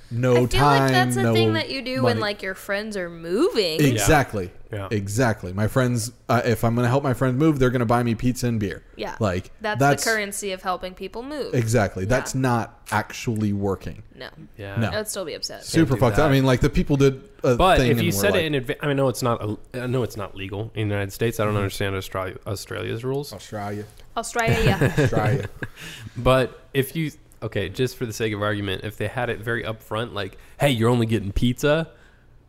No
I feel
time.
like that's a
no
thing that you do when
money.
like your friends are moving.
Exactly.
Yeah.
Exactly. My friends, uh, if I'm going to help my friend move, they're going to buy me pizza and beer.
Yeah.
Like
that's, the currency of helping people move.
Exactly. That's not actually working.
no.
Yeah.
No.
I would still be upset.
super
do
fucked up. I
that.
mean, like the people did a
But
thing.
if you
and were
said
like,
it in advance, I mean, no, it's not. a- I know it's not legal in the United States. I
Mm-hmm.
don't understand Australia, Australia's rules.
Australia,
Australia.
Australia,
But if you okay, just for the sake of argument, if they had it very upfront, like, hey, you're only getting pizza,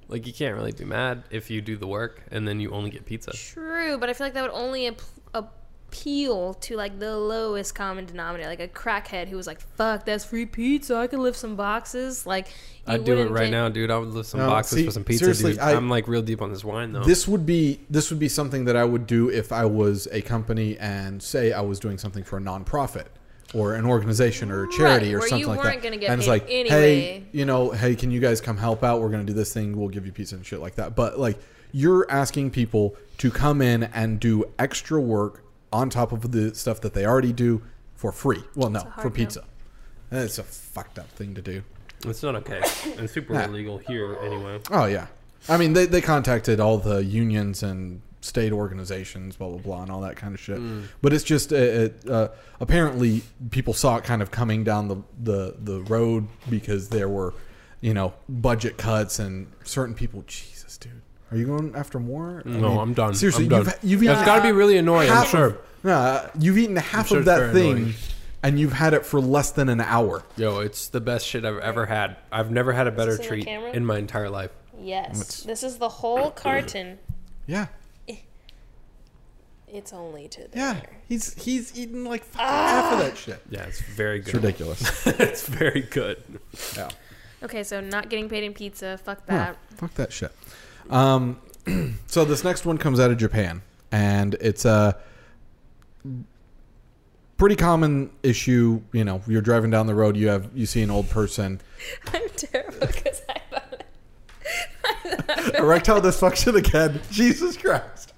like you can't really be mad if you do the work and then you only get pizza.
True, but I feel like that would only ap- appeal to like the lowest common denominator, like a crackhead who was like, "Fuck, that's free pizza. I can lift some boxes." Like you
I'd do it
wouldn't
right
get-
now, dude. I would lift some
No,
boxes
see,
for some pizza,
seriously,
dude.
I-
I'm like real deep on this wine though.
this would be this would be something that I would do if I was a company and say I was doing something for a nonprofit or an organization or a charity
Right,
or
where you
something like
weren't
that.
gonna get
and it's
paid
like, hey,
anyway.
you know, hey, can you guys come help out? We're gonna do this thing. We'll give you pizza and shit like that. But like, you're asking people to come in and do extra work on top of the stuff that they already do for free. Well, no,
hard
for
no.
pizza. And it's a fucked up thing to do.
It's not okay. It's super
Yeah.
illegal here anyway.
Oh yeah, I mean they they contacted all the unions and state organizations, blah blah blah, and all that kind of shit. But it's just uh, it, uh, apparently people saw it kind of coming down the the the road because there were you know budget cuts and certain people. Jesus, dude, are you going after more? I
No, I'm done.
Seriously,
I'm done.
you've you've
That's
eaten
got to be really annoying. I'm
half
sure.
of, nah, you've eaten half
sure
of
it's
that
very
thing,
annoying.
and you've had it for less than an hour.
Yo, it's the best shit I've ever had. I've never had a better
this in the
treat
camera?
in my entire life.
Yes, this is the whole carton.
Yeah,
It's only to there.
yeah. He's he's eaten like fucking half of that shit.
Yeah, it's very
It's
good.
ridiculous.
it's very good.
Yeah.
Okay, so not getting paid in pizza. Fuck that.
Fuck that shit. Um, so this next one comes out of Japan, and it's a pretty common issue. You know, you're driving down the road, you have you see an old person.
I'm terrible because I have
Erectile dysfunction again. Jesus Christ.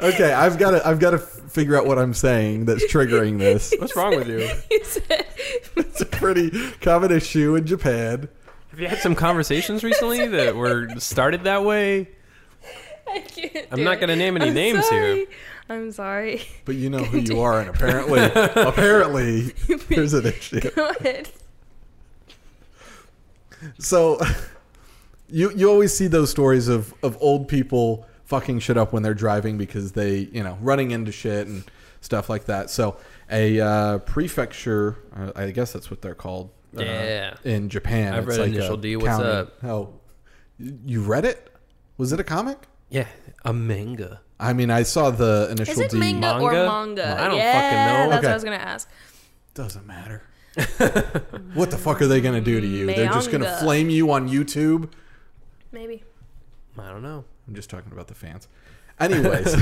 Okay, I've got to I've got to figure out what I'm saying that's triggering this.
What's wrong with you?
It's a pretty common issue in Japan.
Have you had some conversations recently that were started that way?
I can't.
I'm
do
not
it.
gonna name any
I'm
names
sorry.
here.
I'm sorry.
But you know who you are, and apparently, apparently, there's an issue.
Go ahead.
So you you always see those stories of of old people fucking shit up when they're driving because they you know running into shit and stuff like that. So a uh, prefecture, uh, I guess that's what they're called. uh,
Yeah.
in Japan,
I've read Initial D, what's up?
Oh, you read it? Was it a comic?
Yeah, a manga.
I mean, I saw the initial
Is it
D.
manga, or
Manga?
manga?
I don't fucking
yeah, That's
know.
what
Okay.
I was gonna ask.
Doesn't matter. What the fuck are they gonna do to you? They're just gonna
Mayonga.
flame you on YouTube.
Maybe.
I don't know.
I'm just talking about the fans. Anyways,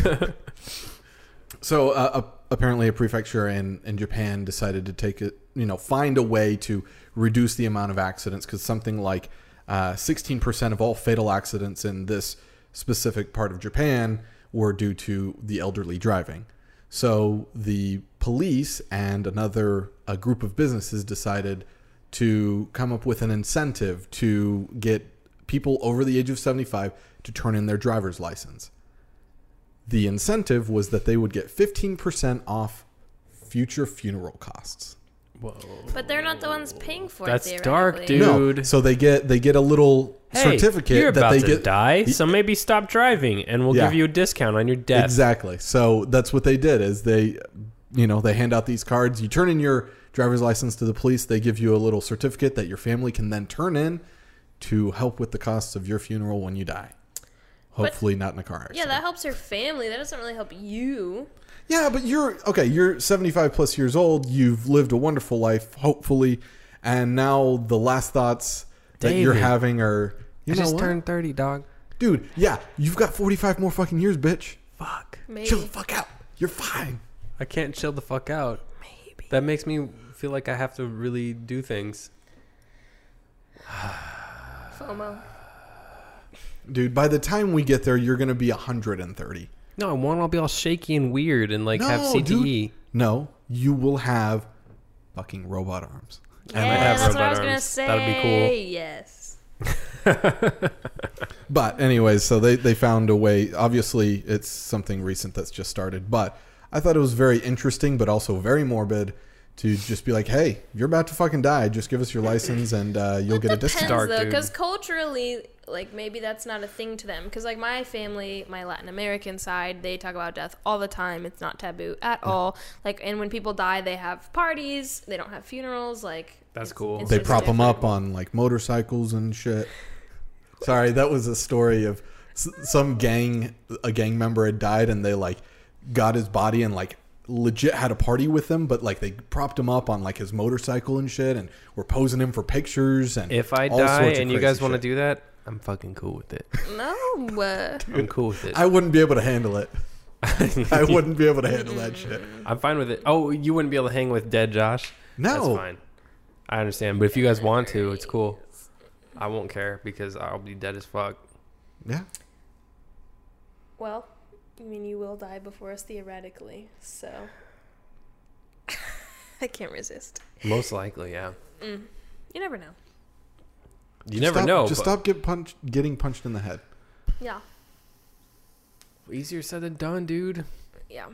so uh, ap- apparently a prefecture in, in Japan decided to take it, you know, find a way to reduce the amount of accidents because something like uh, 16% of all fatal accidents in this specific part of Japan were due to the elderly driving. So the police and another a group of businesses decided to come up with an incentive to get people over the age of 75 to turn in their driver's license. The incentive was that they would get 15% off future funeral costs.
Whoa.
But they're not the ones paying for
That's
it.
dark,
theoretically.
dude.
No, so they get they get a little certificate
you're
that
about
they
to
get
die, so maybe stop driving, and we'll
Yeah.
give you a discount on your death.
Exactly. So that's what they did is they you know, they hand out these cards, you turn in your driver's license to the police, they give you a little certificate that your family can then turn in to help with the costs of your funeral when you die. Hopefully not in a car accident.
Yeah, that helps your family. That doesn't really help you.
Yeah, but you're okay. You're 75 plus years old. You've lived a wonderful life, hopefully, and now the last thoughts that you're
David.
having are you know what,
thirty, dog.
dude. Yeah, you've got 45 more fucking years, bitch.
Fuck.
Maybe.
Chill the fuck out. You're fine.
I can't chill the fuck out. Maybe. That makes me feel like I have to really do things.
FOMO.
Dude, by the time we get there, you're gonna be 130.
No, I won't all be all shaky and weird and like have E.
No,
CTE.
dude. No, you will have fucking robot arms.
Yeah,
might have
that's what
robot
I was gonna
arms.
say.
That'd be cool.
Yes.
But anyways, so they, they found a way. Obviously, it's something recent that's just started. But I thought it was very interesting, but also very morbid to just be like, hey, you're about to fucking die. Just give us your license and uh, you'll get a
Depends
discount.
Dark,
though,
dude.
because culturally, like maybe that's not a thing to them. Because like my family, my Latin American side, they talk about death all the time. It's not taboo at all. Like, and when people die, they have parties. They don't have funerals. Like
That's
it's-
cool.
it's
They
just
prop them up
different.
on like motorcycles and shit. Sorry, that was a story of s- some gang, a gang member had died and they like got his body and like legit had a party with him, but like they propped him up on like his motorcycle and shit and were posing him for pictures and
If I
all
die
sorts of
and you
crazy
guys want to
shit.
do that, I'm fucking cool with it.
No, uh,
I'm cool with it.
I wouldn't be able to handle it. I wouldn't be able to handle that shit.
I'm fine with it. Oh, you wouldn't be able to hang with dead Josh. That's
No.
fine. I understand, but if you guys want to, it's cool. I won't care because I'll be dead as fuck.
Yeah.
well, I mean, you will die before us theoretically. So I can't resist.
Most likely, yeah.
You never know.
You never
Stop-
know.
Just
but
stop get punched, getting punched in the head.
Yeah,
Easier said than done, dude.
yeah.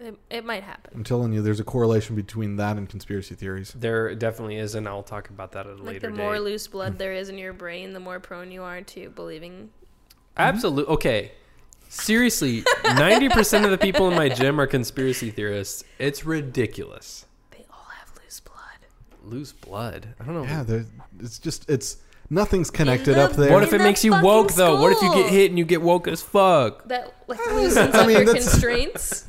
It, it might happen.
I'm telling you, there's a correlation between that and conspiracy theories.
There definitely is, and I'll talk about that at a
Like
later
the more
date.
loose blood there is in your brain, the more prone you are to believing
Absolutely. Okay. Seriously, 90% of the people in my gym are conspiracy theorists. It's ridiculous.
They all have loose blood.
Lose blood. I don't know.
Yeah, there- it's just it's nothing's connected up there.
What if
In
it
the
makes you
fucking
woke though? What if you get
school.
hit and you get woke as fuck?
That like loosens
I
up
mean,
your
that's-
constraints.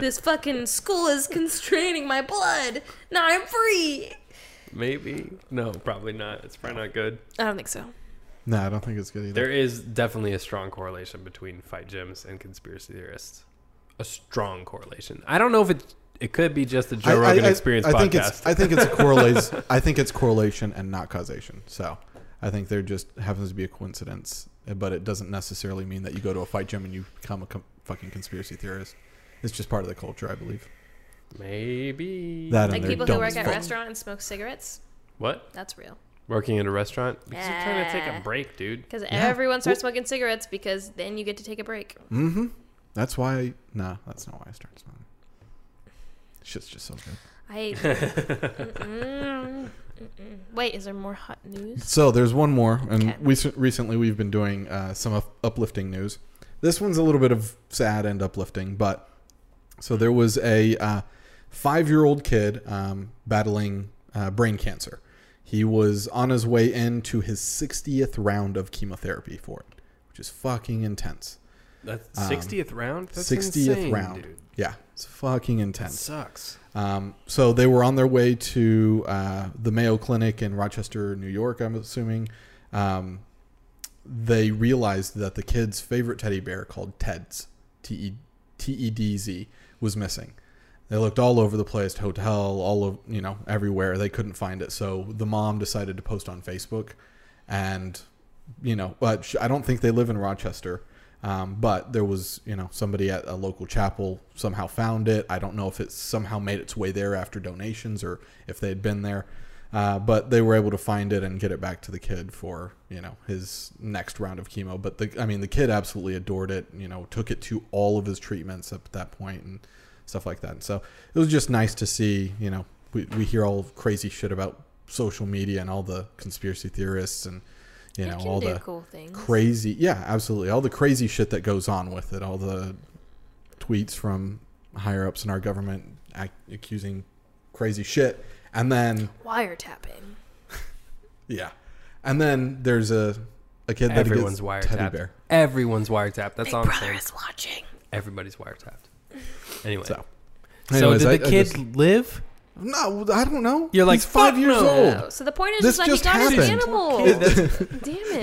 this fucking school is constraining my blood. Now I'm free.
Maybe. No, probably not. It's probably not good.
I don't think so.
no, I don't think it's good either.
There is definitely a strong correlation between fight gyms and conspiracy theorists. A strong correlation. I don't know if it it could be just the Joe Rogan Experience
I
podcast.
think it's I think it's correlates. I think it's correlation and not causation. So I think there just happens to be a coincidence, but it doesn't necessarily mean that you go to a fight gym and you become a com- fucking conspiracy theorist. It's just part of the culture, I believe.
Maybe
That and
Like
they're
people
dumb
who work
as
at
fuck.
restaurant and smoke cigarettes.
what
That's real.
working at a restaurant because you're trying to take
Yeah.
a break, dude.
Because everyone starts smoking cigarettes because then you get to take a break.
Mm-hmm. That's why. Nah, that's not why I started smoking. Shit's just so good.
I hate. Mm-mm. Mm-mm. Wait, is there more hot news?
So there's one more, and
Okay.
we recently we've been doing uh, some up- uplifting news. This one's a little bit of sad and uplifting, but so there was a uh, five-year-old kid um, battling uh, brain cancer. He was on his way into his 60th round of chemotherapy for it, which is fucking intense.
That's 60th round? That's
60th
insane,
Um, round.
dude.
Yeah, it's fucking intense.
Sucks.
Um, so they were on their way to uh, the Mayo Clinic in Rochester, New York, I'm assuming. Um, they realized that the kid's favorite teddy bear called Ted's, T E T E D Z, was missing. They looked all over the place, hotel, all of, you know, everywhere. They couldn't find it. So the mom decided to post on Facebook and you know, but sh- I don't think they live in Rochester. Um, but there was, you know, somebody at a local chapel somehow found it. I don't know if it somehow made its way there after donations or if they had been there. Uh, but they were able to find it and get it back to the kid for, you know, his next round of chemo. But the, I mean, the kid absolutely adored it. You know, took it to all of his treatments at that point and stuff like that. And so it was just nice to see. You know, we we hear all crazy shit about social media and all the conspiracy theorists and you know
can
all
do
the
cool things.
crazy yeah absolutely all the crazy shit that goes on with it all the tweets from higher ups in our government ac- accusing crazy shit and then
Wiretapping.
yeah and then there's a a kid that
Everyone's
gets teddy
wiretapped.
bear
Everyone's wiretapped. That's
Big
all I'm
Brother
saying.
is watching.
Everybody's wiretapped. Anyway.
So,
So,
Anyways,
did
I-
the
I
kid
just-
live?
no i don't know
You're like,
He's five
"Fuck
years
no."
old
So the point is
This
just like
just
he got his
happened.
animal.
Okay,
Damn
that's-
it.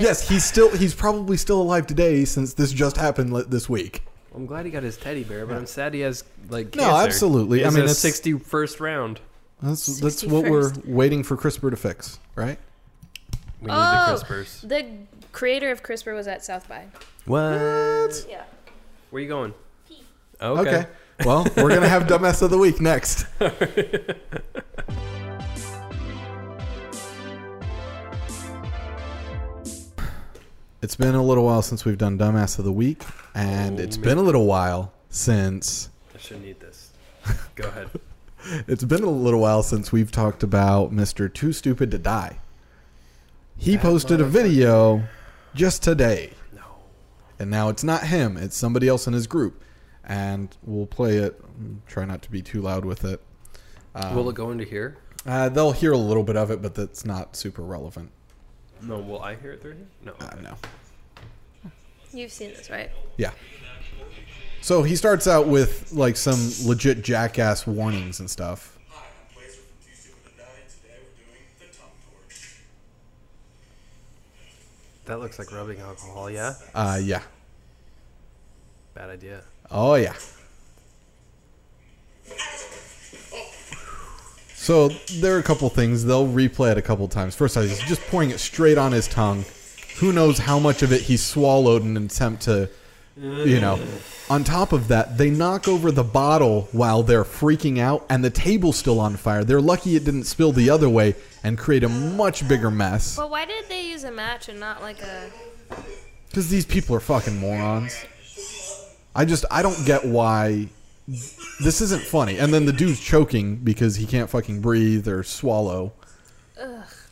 yes he's still he's probably still alive today since this just happened li- this week
I'm glad he got his teddy bear, but I'm sad he has like
No,
cancer.
absolutely.
He
I
has
mean,
a
it's-
61st round.
that's that's what we're waiting for crispr to fix right
We need
Oh,
the CRISPRs.
the creator of CRISPR was at South by.
What?
Yeah.
Where you going?
okay,
Okay.
well we're gonna have dumbass of the week next It's been a little while since we've done Dumbass of the Week, and
Oh,
it's
man.
been a little while since
I shouldn't eat this. Go ahead.
it's been a little while since we've talked about Mr. Too Stupid to Die. He
That
posted a
motherfucker.
video just today,
No.
and now it's not him; it's somebody else in his group, and we'll play it. Try not to be too loud with it. Um,
Will it go into here?
uh, they'll hear a little bit of it, but that's not super relevant.
No. Will I hear it through here? No.
I don't know.
You've seen this, right?
Yeah. So he starts out with like some legit jackass warnings and stuff.
Hi, I'm Blazer from Too Stupid to Die, and today we're doing the tongue torch.
That looks like rubbing alcohol. Yeah.
Uh, yeah.
Bad idea.
Oh yeah. So there are a couple things they'll replay it a couple times. First, he's just pouring it straight on his tongue. Who knows how much of it he swallowed in an attempt to, you know. On top of that, they knock over the bottle while they're freaking out, and the table's still on fire. They're lucky it didn't spill the other way and create a much bigger mess.
But why did they use a match and not like a?
Because these people are fucking morons. I just I don't get why this isn't funny. And then the dude's choking because he can't fucking breathe or swallow.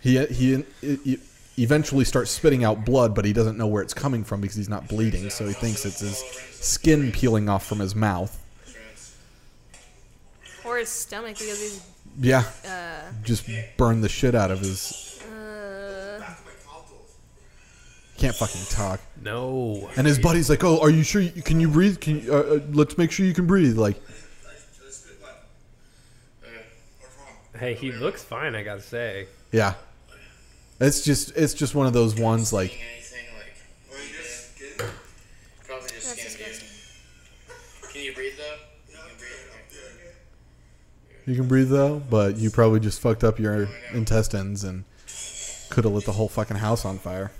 He he he eventually starts spitting out blood, but he doesn't know where it's coming from because he's not bleeding. So he thinks it's his skin peeling off from his mouth.
Or his stomach because he's
Yeah, just burn the shit out of his.
uh,
Can't fucking talk.
No.
And his buddy's like, "Oh, are you sure? You, can you breathe? Can you, uh, uh, let's make sure you can breathe." Like,
Hey, he looks fine. I gotta say.
Yeah. It's just it's just one of those ones like
Anything like. Well, you just skin? Probably just skin, dude. Can you breathe though? You can breathe. Okay.
you can breathe though, but you probably just fucked up your intestines and could have lit the whole fucking house on fire.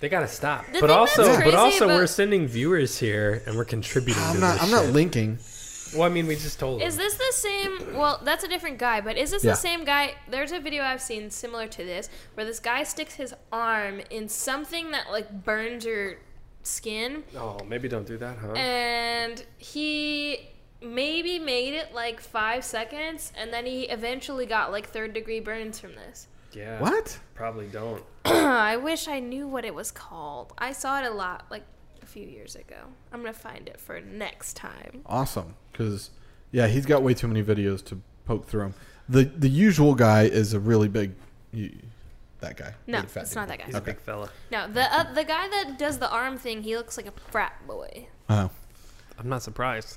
They gotta stop.
The
but
thing
also,
that's
but
crazy
also,
about-
we're sending viewers here, and we're contributing.
I'm
to
not
This
I'm not
shit.
linking.
Well, I mean, we just told
Is
him.
this the same? Well, that's a different guy, but is this
Yeah.
the same guy? There's a video I've seen similar to this where this guy sticks his arm in something that like burns your skin,
Oh, maybe don't do that, huh?
and he maybe made it like five seconds, and then he eventually got like third degree burns from this.
yeah.
What?
Probably don't.
I wish I knew what it was called. I saw it a lot, like a few years ago. I'm gonna find it for next time.
Awesome cuz yeah, he's got way too many videos to poke through him. The the usual guy is a really big you, That guy.
No,
Big fat
it's
dude.
not that guy.
He's a big fella.
No, the uh, the guy that does the arm thing, he looks like a frat boy.
Oh.
I'm not surprised.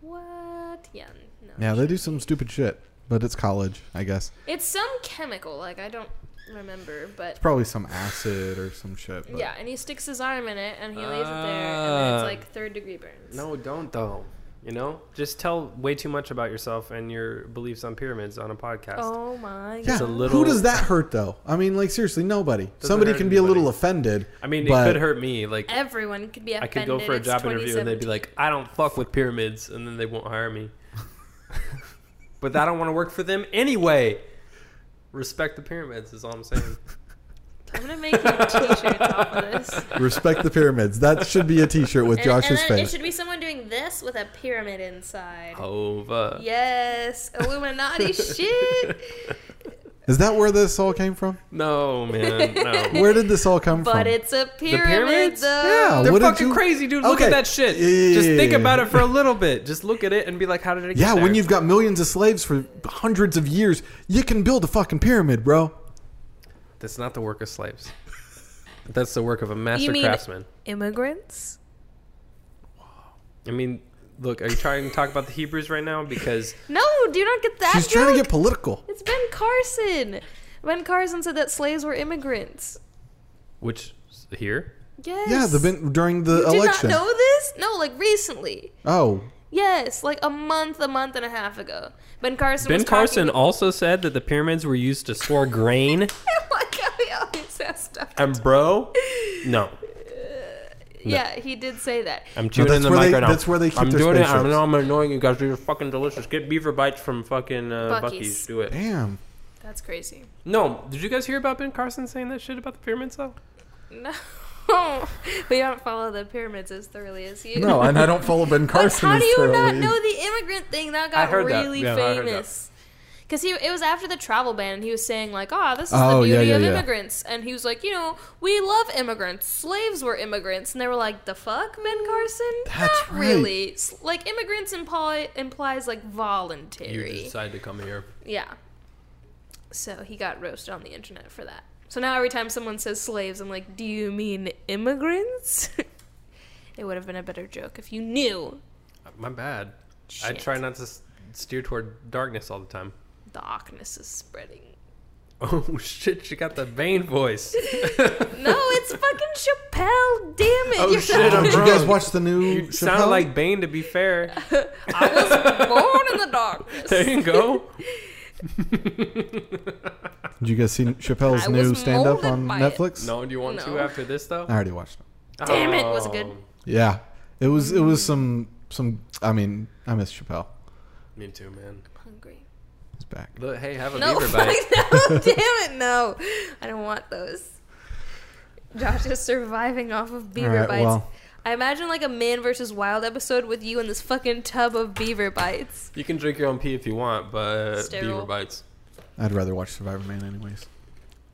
What? Yeah, no.
Yeah, they do some stupid shit, but it's college, I guess.
It's some chemical, like I don't remember, but
Probably some acid or some shit. But
yeah, and he sticks his arm in it and he leaves it there, and then it's
Ah.
like third degree burns.
No, don't though. You know, just tell way too much about yourself and your beliefs on pyramids on a podcast.
Oh my
Yeah,
It's a
god.
little-
who does that hurt though? I mean, like seriously, nobody. Somebody
hurt
can be a little
anybody.
offended.
I mean,
but
it could hurt me. Like
Everyone could be
I
offended.
could go for a
It's
job interview and they'd be
2017.
like, "I don't fuck with pyramids," and then they won't hire me. but I don't want to work for them anyway. Respect the pyramids is all I'm saying.
"I'm gonna make you t-shirts off of this."
Respect the pyramids. That should be a T-shirt with
And,
Josh's
and then it
face.
should be someone doing this with a pyramid inside.
Oh. Over.
Yes, Illuminati shit.
Is that where this all came from?
No, man. No.
Where did this all come from?
But it's a pyramid,
pyramids?
though.
Yeah,
They're
what did
fucking
you-
crazy, dude. Look at
Okay.
that shit.
Yeah, yeah,
Just
yeah,
think
yeah.
about it for a little bit. Just look at it and be like, "How did it get
yeah, when
there?"
you've got millions of slaves for hundreds of years, you can build a fucking pyramid, bro.
That's not the work of slaves. That's the work of a master
You mean-
craftsman.
Immigrants.
I mean, look, are you trying to talk about the Hebrews right now? Because
No, do you not get that
She's
joke?
trying to get political.
it's Ben Carson. Ben Carson said that slaves were immigrants.
which here,
Yes.
Yeah, the bin, during the
Did you not
election.
know this? No, like recently.
Oh,
Yes, like a month, a month and a half ago. Ben Carson.
Ben
was
Carson
Talking-
also said that the pyramids were used to store grain.
I like how he always has stuff.
And bro, no,
Yeah, he did say that.
I'm chewing
that's
in the
where
mic
they-
right now.
that's where they keep
I'm
their
doing it. I
spaceships.
know I'm annoying you guys. These are fucking delicious. Get beaver bites from fucking uh,
Buc-ee's.
Bucky's. Do it.
damn.
That's crazy.
No, did you guys hear about Ben Carson saying that shit about the pyramids though?
No. we don't follow the pyramids as thoroughly as you.
No, and I don't follow Ben
But
Carson.
how do
as
you not
thoroughly.
know the immigrant thing that got
heard that.
really
Yeah, I heard that.
famous? Because he it was after the travel ban, and he was saying like, "Ah, this is
Oh,
the
yeah,
beauty
yeah,
of
yeah.
immigrants," and he was like, "You know, we love immigrants. Slaves were immigrants," and they were like, "The fuck, Ben Carson?
That's
not
right.
really. S- Like, immigrants imply implies like voluntary.
decided to come here.
yeah." So he got roasted on the internet for that. So now every time someone says slaves, I'm like, "Do you mean immigrants?" it would have been a better joke if you knew
My bad. I
Shit.
try not to s- steer toward darkness all the time.
darkness is spreading.
Oh shit! She got the vain voice.
No, it's fucking Chappelle. Damn it!
Oh,
You're
shit,
not-
Did you guys watch the new?
You sound
Chappelle?
like Bane, to be fair.
I was born in the darkness.
There you go.
Did you guys see Chappelle's
I
new
was
stand-up
molded
on
by
Netflix?
no, do you want
No.
to after this though?
I already watched it.
Damn it,
Oh,
was it good?
Yeah, it was. It was some. Some. I mean, I miss Chappelle.
Me too, man.
Hungry.
He's back.
But hey, have a
No,
beaver
fuck
bite.
no! Damn it, no! I don't want those. Josh is surviving off of beaver
Alright,
bites.
well.
I imagine like a man versus wild episode with you in this fucking tub of beaver bites.
You can drink your own pee if you want, but
Sterile.
beaver bites.
I'd rather watch Survivor Man, anyways.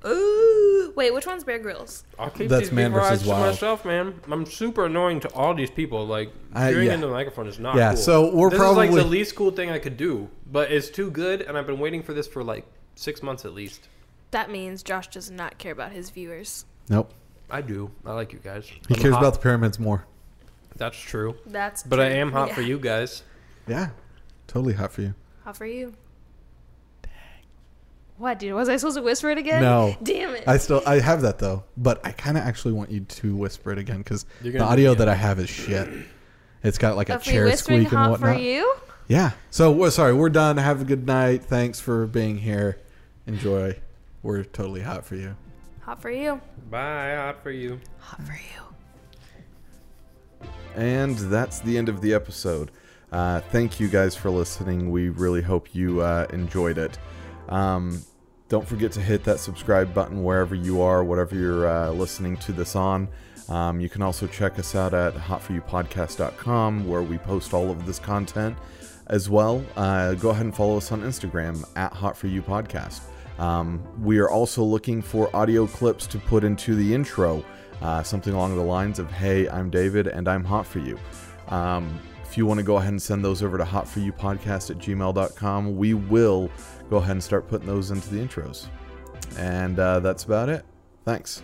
Ooh, wait, which one's Bear Grylls?
I'll keep
That's
these
man
beaver
versus
bites to
wild.
myself, man. I'm super annoying to all these people. Like
I-
hearing
yeah.
into the microphone is not.
Yeah,
cool.
so we're
this is
probably-
like the least cool thing I could do, but it's too good, and I've been waiting for this for like six months at least.
That means Josh does not care about his viewers.
Nope.
I do. I like you guys.
He
I'm
cares
hot.
about the pyramids more.
That's true.
That's
But I
true.
am hot
Yeah.
for you guys.
Yeah, totally hot for you.
Hot for you. What, dude? Was I supposed to whisper it again?
No.
Damn it.
I still I have that though, but I kind of actually want you to whisper it again because
You're
the
gonna-
audio
yeah.
that I have is shit. It's got like a
Of me
chair
whispering
squeak and
hot
whatnot.
for you?
Yeah. So we're sorry. We're done. Have a good night. Thanks for being here. Enjoy. We're totally hot for you.
Hot for you.
Bye. Hot for you.
Hot for you.
And that's the end of the episode. Uh, thank you guys for listening. We really hope you uh, enjoyed it. Um, don't forget to hit that subscribe button wherever you are, whatever you're uh, listening to this on. Um, you can also check us out at hotforyoupodcast.com where we post all of this content as well. Uh, go ahead and follow us on Instagram at hotforyoupodcast. Um, we are also looking for audio clips to put into the intro, uh, something along the lines of "Hey, I'm David, and I'm hot for you." Um, if you want to go ahead and send those over to hotforyoupodcast at gmail.com, we will go ahead and start putting those into the intros.
And uh, that's about it. Thanks.